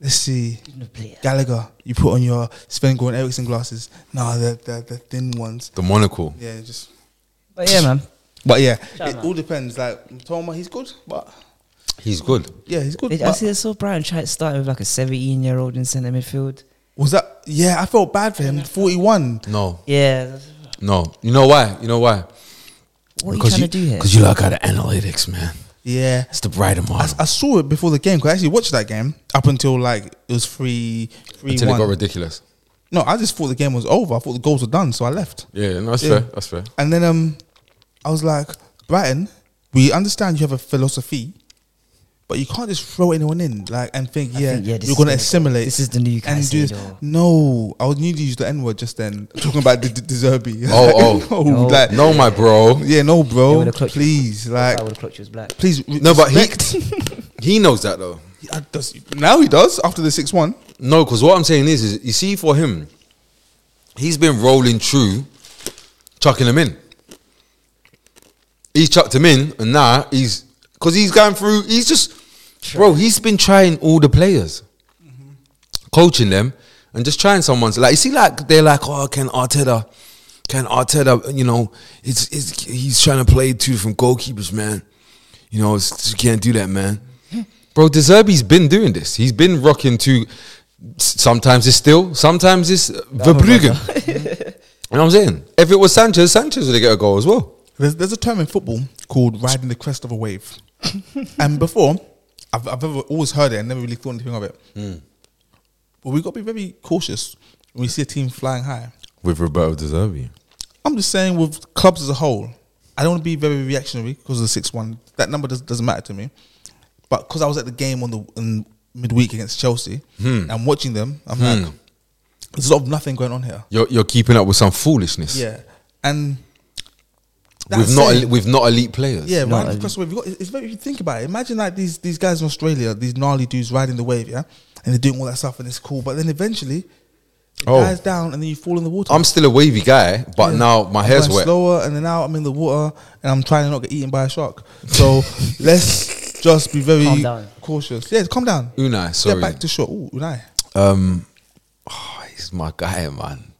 Let's see. No player. Gallagher, you put on your Sven Goran Eriksson glasses. Nah, they're, they're the thin ones. The monocle. Yeah, just. But yeah, man. But yeah, Shout it out. all depends. Like Toma, he's good, but He's good. yeah, he's good. They- I but see they saw Brighton try starting with like a 17 year old in centre midfield. was that? Yeah, I felt bad for him. Forty-one. No, Yeah. that's- no. You know why? You know why? What are you trying to do here? Because you look at the analytics, man. Yeah, It's the brighter I, model. I saw it before the game because I actually watched that game up until like it was three, three Until it got one. ridiculous. No, I just thought the game was over. I thought the goals were done, so I left. Yeah, no, that's Yeah. fair. That's fair. And then um, I was like, Brighton, we understand you have a philosophy, but you can't just throw anyone in like and think, yeah, think, yeah, this you're gonna is gonna go- assimilate. this is the new and do this. Caicedo. No, I would need to use the N word just then. Talking about the the- the Zerbi. Oh, no, oh. No. like, No, my bro. yeah, no, They bro. would've clocked you. Please, like, I would have clocked you as black. please. No, but respect. he he knows that though. Yeah, does- now he does after the six one. No, because what I'm saying is, is you see for him, he's been rolling through, chucking them in. He's chucked him in, and now he's because he's going through. He's just, bro. He's been trying all the players, coaching them, and just trying someone's like you see, like they're like, oh, can Arteta, can Arteta, you know, it's, it's he's trying to play two different goalkeepers, man. You know, it's, you can't do that, man. Bro, Deserby's been doing this. He's been rocking to. Sometimes it's still. Sometimes it's Verbruggen. you know what I'm saying? If it was Sanchez, Sanchez would get a goal as well. There's, there's a term in football called riding the crest of a wave. and before, I've, I've ever, always heard it and never really thought anything of it. But we've got to be very cautious when we see a team flying high. With Roberto Deserby. I'm just saying, with clubs as a whole, I don't want to be very reactionary because of the 6 1. That number does, doesn't matter to me. But because I was at the game on the in midweek against Chelsea and watching them, I'm like, there's a lot of nothing going on here. You're, you're keeping up with some foolishness. Yeah. And With that not, said- el- with not elite players. Yeah, No, riding I- the crest of the wave. You got, it's very, if you think about it, imagine like these these guys in Australia, these gnarly dudes riding the wave, yeah, and they're doing all that stuff and it's cool. But then eventually, it Oh. dies down and then you fall in the water. I'm still a wavy guy, but Yeah. now my I'm hair's going wet. Slower, and then now I'm in the water and I'm trying to not get eaten by a shark. So let's just be very Calm down. cautious. Yeah, calm down. Unai, Get sorry. back to short. Ooh, Unai. Um, oh, he's my guy, man.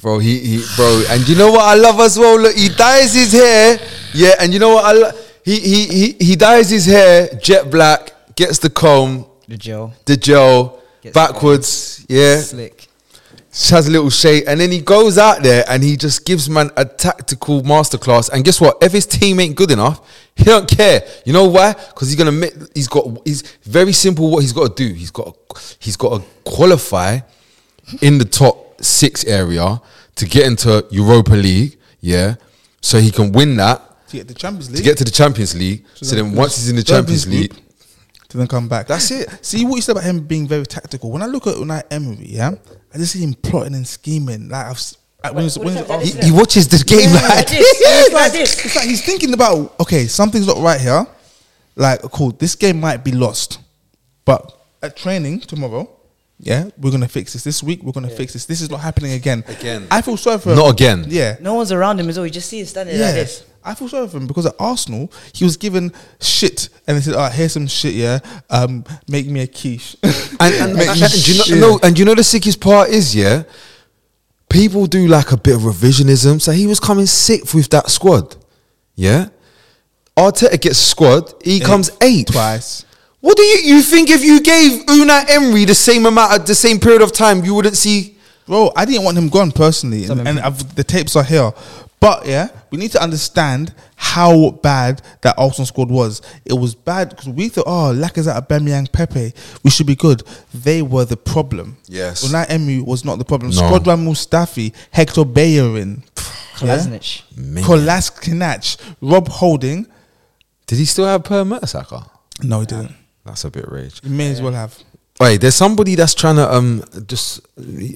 Bro, he, he, bro, and you know what I love as well. Look, he dyes his hair, yeah, and you know what I love. He, he, he, he dyes his hair jet black, gets the comb, The gel. the gel, Gets backwards, yeah, Slick. just has a little shape, and then he goes out there and he just gives man a tactical masterclass. And guess what? If his team ain't good enough, he don't care. You know why? Because he's gonna make. He's got. He's very simple. What he's got to do. He's got. He's got to qualify in the top six area to get into Europa League. Yeah, so he can win that To get the Champions League. to get to the Champions League. So then once he's in the Third Champions group, League, to then come back. That's it. See what you said about him being very tactical. When I look at Unai Emery, yeah, I just see him plotting and scheming. Like I've s- like when he's, what when is he's that? up- he, he watches the game Yeah, like like this. it's Like like, this. it's like he's thinking about okay, something's not right here. like, cool, this game might be lost, but at training tomorrow, yeah, we're gonna fix this. This week, we're gonna fix this. This is not happening again. Again. I feel sorry for Not again. Yeah, No one's around him as well. You just see him standing like this. I feel sorry for him because at Arsenal he was given shit, and they said, "Oh, here's some shit, yeah. Um, make me a quiche." And, and, Make and, me do you shit. know, no, and do you know the sickest part is, yeah? People do like a bit of revisionism. So he was coming sixth with that squad. Yeah? Arteta gets squad, he comes eighth. twice. What do you you think if you gave Una Emery the same amount at the same period of time, you wouldn't see Bro, I didn't want him gone personally, and, Some and I've, the tapes are here. But yeah, we need to understand how bad that Arsenal squad was. It was bad because we thought, oh, Lacazette, Aubameyang, Pepe, we should be good. They were the problem. Yes. Unai Emery was not the problem. No. Squadran Mustafi, Hector Bellerin, Kolasinac. Man. Kolasinac, Rob Holding. Did he still have Per Mertesacker? No, he didn't. That's a bit rage. You may as well have. Wait, there's somebody that's trying to um just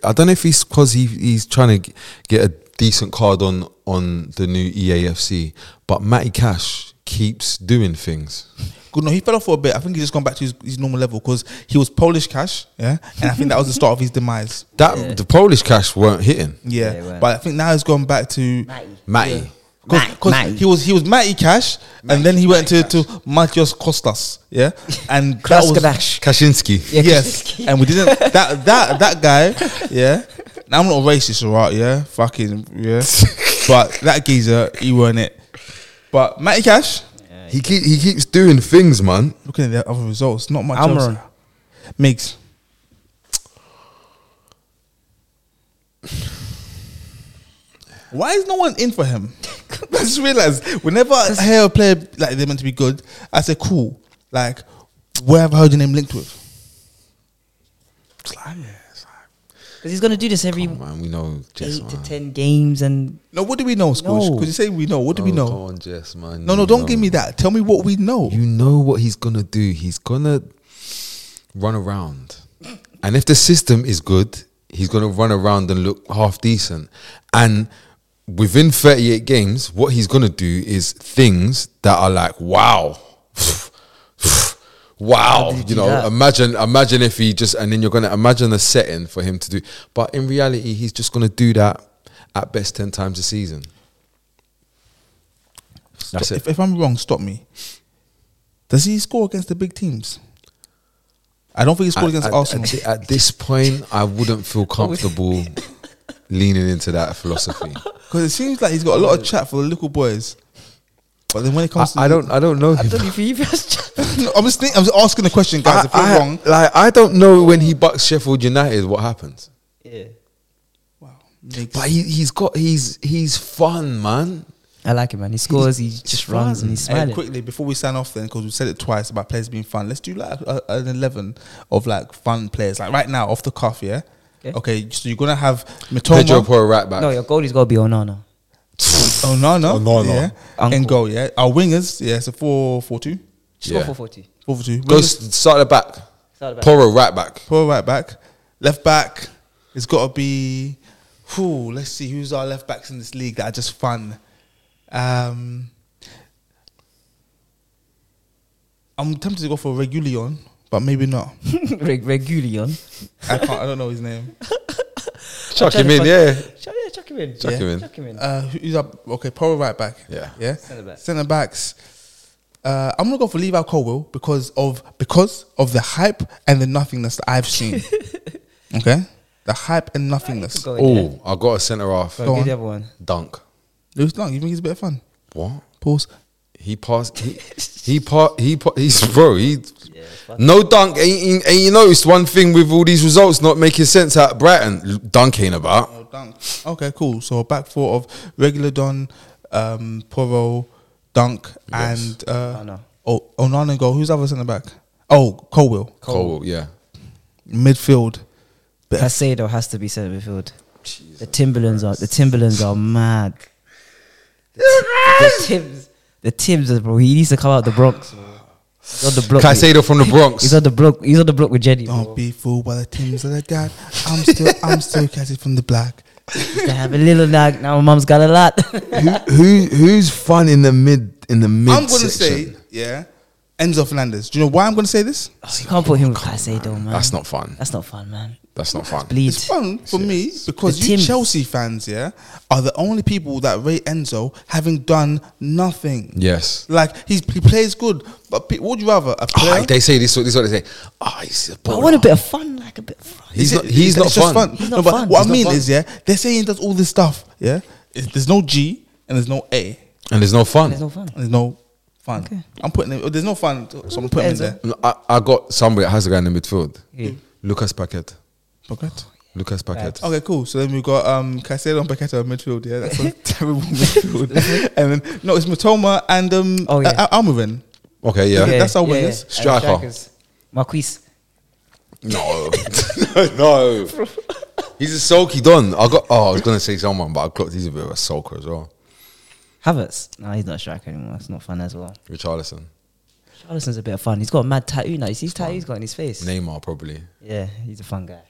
I don't know if he's because he he's trying to get a decent card on on the new E EAFC, but Matty Cash keeps doing things. Good, no, he fell off for a bit. I think he's just gone back to his, his normal level because he was Polish cash, yeah, and I think that was the start of his demise. That the Polish Cash weren't hitting Yeah, Yeah, right. but I think now he's gone back to Matty. Matty. Matty, because Matty. he was he was Matty Cash, and then he went to to Matios Costas, yeah, and that was Kraskadash. Kashinsky. Yeah, yes, and we didn't that that that guy, yeah. Now I'm not racist, alright, yeah, fucking yeah, but that geezer, he weren't it. But Matty Cash, He keep, he keeps doing things, man. looking at the other results, not much. Almiron. else. Migs. Why is no one in for him? I just realized whenever I hear a player like they're meant to be good, I say, cool. Like, where have I heard your name linked with? It's like, Because he's going to do this every Come on, Oh, man, we know Jess, eight to man. ten games and No, what do we know, Squish? No. Because you say we know. What do we Oh, know? Come on, Jess, man. No, You no, don't know. give me that. Tell me what we know. You know what he's gonna do? He's gonna run around, and if the system is good, he's gonna run around and look half decent. And within 38 games, what he's gonna do is things that are like, wow, wow. did he You do know, that? imagine, imagine if he just, and then you're gonna imagine a setting for him to do. But in reality, he's just gonna do that at best 10 times a season. That's Stop- it. If, if I'm wrong, stop me. Does he score against the big teams? I don't think he scored at, against at- Arsenal. At, thi- at this point, I wouldn't feel comfortable leaning into that philosophy. Because it seems like he's got a lot of chat for the little boys. But then when it I, comes to. I don't. I don't know I him. don't know if he even has No, I'm, just think, I'm just asking the question, guys. if I- I'm I- wrong. like I don't know when he bucks Sheffield United, what happens? Yeah. Wow. Makes, But he, he's got. He's he's fun, man. I like him, man. He scores, he just runs and he's and smiling. quickly, before we sign off, then, because we said it twice about players being fun, let's do like a, a- an 11 of like fun players. Like right now, off the cuff, yeah? Okay, Okay. so you're going to have Pedro Mitoma. for a right back. No, your goalie's got to be Onana. Oh, no, no. Onana. Yeah. Uncle. And goal, yeah. Our wingers, yeah, so 4 4 2. Just Yeah. go 440. 4 4 2. Go Wingers, s- start at the back. Start at the back. Poro right back. Poor right back. Left back, it's got to be. Whew, let's see who's our left backs in this league that are just fun. Um, I'm tempted to go for Regulion, but maybe not. Reg- Regulion. I can't. I don't know his name. Chuck trying him to in, find- yeah. Chuck, yeah, chuck him in. Chuck Yeah. him in. Chuck him in. Uh, who's our okay? Poor right back. Yeah. yeah. Centre-back. Centre backs. Uh, I'm gonna go for Levi Colwell because of because of the hype and the nothingness that I've seen. okay, the hype and nothingness. Go in there. Oh, I got a centre half. Go Go give on. the other one. Dunk. Lewis Dunk, you think he's a bit of fun? What? Pause. He passed. He he part. He pa- He's bro. He Yeah, fuck. no dunk. Ain't, ain't, ain't you noticed one thing with all these results not making sense at Brighton? L- Dunk ain't about. Oh, dunk. Okay, cool. So a back four of regular Don, um, Poro, Dunk, Yes. and uh, Onana. oh, Onana goal. Who's the other centre back? Oh, Colwell. Cole, yeah. Midfield. Bit of- Casado has to be centre midfield. The Timberlands are the Timberlands are mad. The, Tim- the Timbs, the Timbs, are- bro. He needs to come out the Bronx. bro. He's on the block. with- Caicedo from the Bronx. He's on the block. He's on the block with Jenny. Don't bro. be fooled by the teams that I got. I'm still, I'm still catching from the black. Used to have a little nag. Now my mum's got a lot. who, who who's fun in the mid in the mid? I'm gonna say, yeah, Enzo Fernandez. Do you know why I'm going to say this? you can't put him with Caicedo, man. That's not fun. That's not fun, man. That's not fun. Bleed. It's fun for me because The you Tims. Chelsea fans, yeah, are the only people that rate Enzo having done nothing. Yes. Like he's, he plays good, but pe- would you rather a player? Ah, they say this. This is what they say. Ah, he's a But I baller. want a bit of fun, like a bit of fun. Is He's not. it- He's it's not just fun. He's No, not but fun. what He's I not mean fun. is, yeah, they're saying he does all this stuff. Yeah, It- there's no G and there's no A And there's no fun. There's no fun. and there's no fun. Okay. I'm putting it. There's no fun, so I'm putting it in Enzo. there. I, I got somebody that has a guy in the midfield. Yeah. Lucas Paquet. Pocket. Lucas Paquet. Okay, cool. So then we've got um, Caicedo and Paqueta in midfield. Yeah, that's a terrible midfield. and then no, it's Matoma and um, Oh, yeah. Al- Almiron. Okay, yeah. Okay. that's our wingers. And Striker. strikers. Marquise. No. no. He's a sulky don. I got. Oh, I was gonna say someone, but I clocked. He's a bit of a sulker as well. Havertz. No, he's not a striker anymore. It's not fun as well. Richarlison, Charleston's a bit of fun. He's got a mad tattoo now. You see his tattoo he's got in his face? Neymar probably. Yeah, he's a fun guy.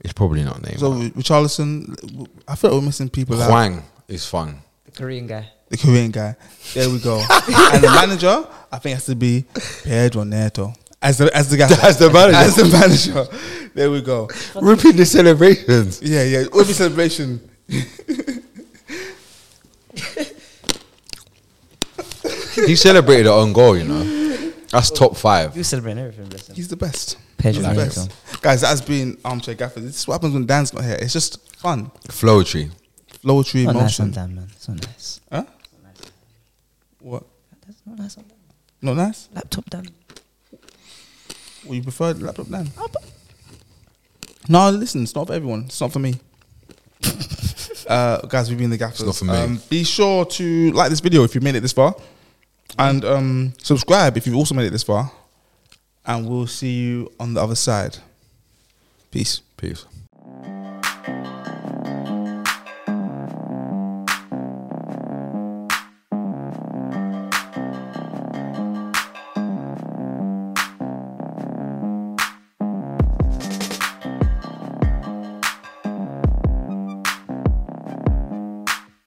It's probably not Neymar. So Richarlison, I feel like we're missing people. Out. Huang is fun. The Korean guy. The Korean guy. There we go. and the manager, I think, has to be Pedro Neto as the as the guy As the manager. As the manager. There we go. Repeat the celebrations. Yeah, yeah. Every celebration. he celebrated an own goal. You know, that's top five. You celebrating everything, bless him. He's the best. Pedro He's the Neto. best. Guys, that's been armchair gaffer. This is what happens when Dan's not here. It's just fun. Flow tree. Lower tree Not nice emotion. sometimes, man. It's not nice. Huh? What? That's not nice sometimes. Not nice? Laptop down. Well, you prefer the laptop then? No, listen, it's not for everyone. It's not for me. uh, guys, we've been the gaffers. not for me. Um, be sure to like this video if you made it this far, and um, subscribe if you've also made it this far. And we'll see you on the other side. Peace. Peace.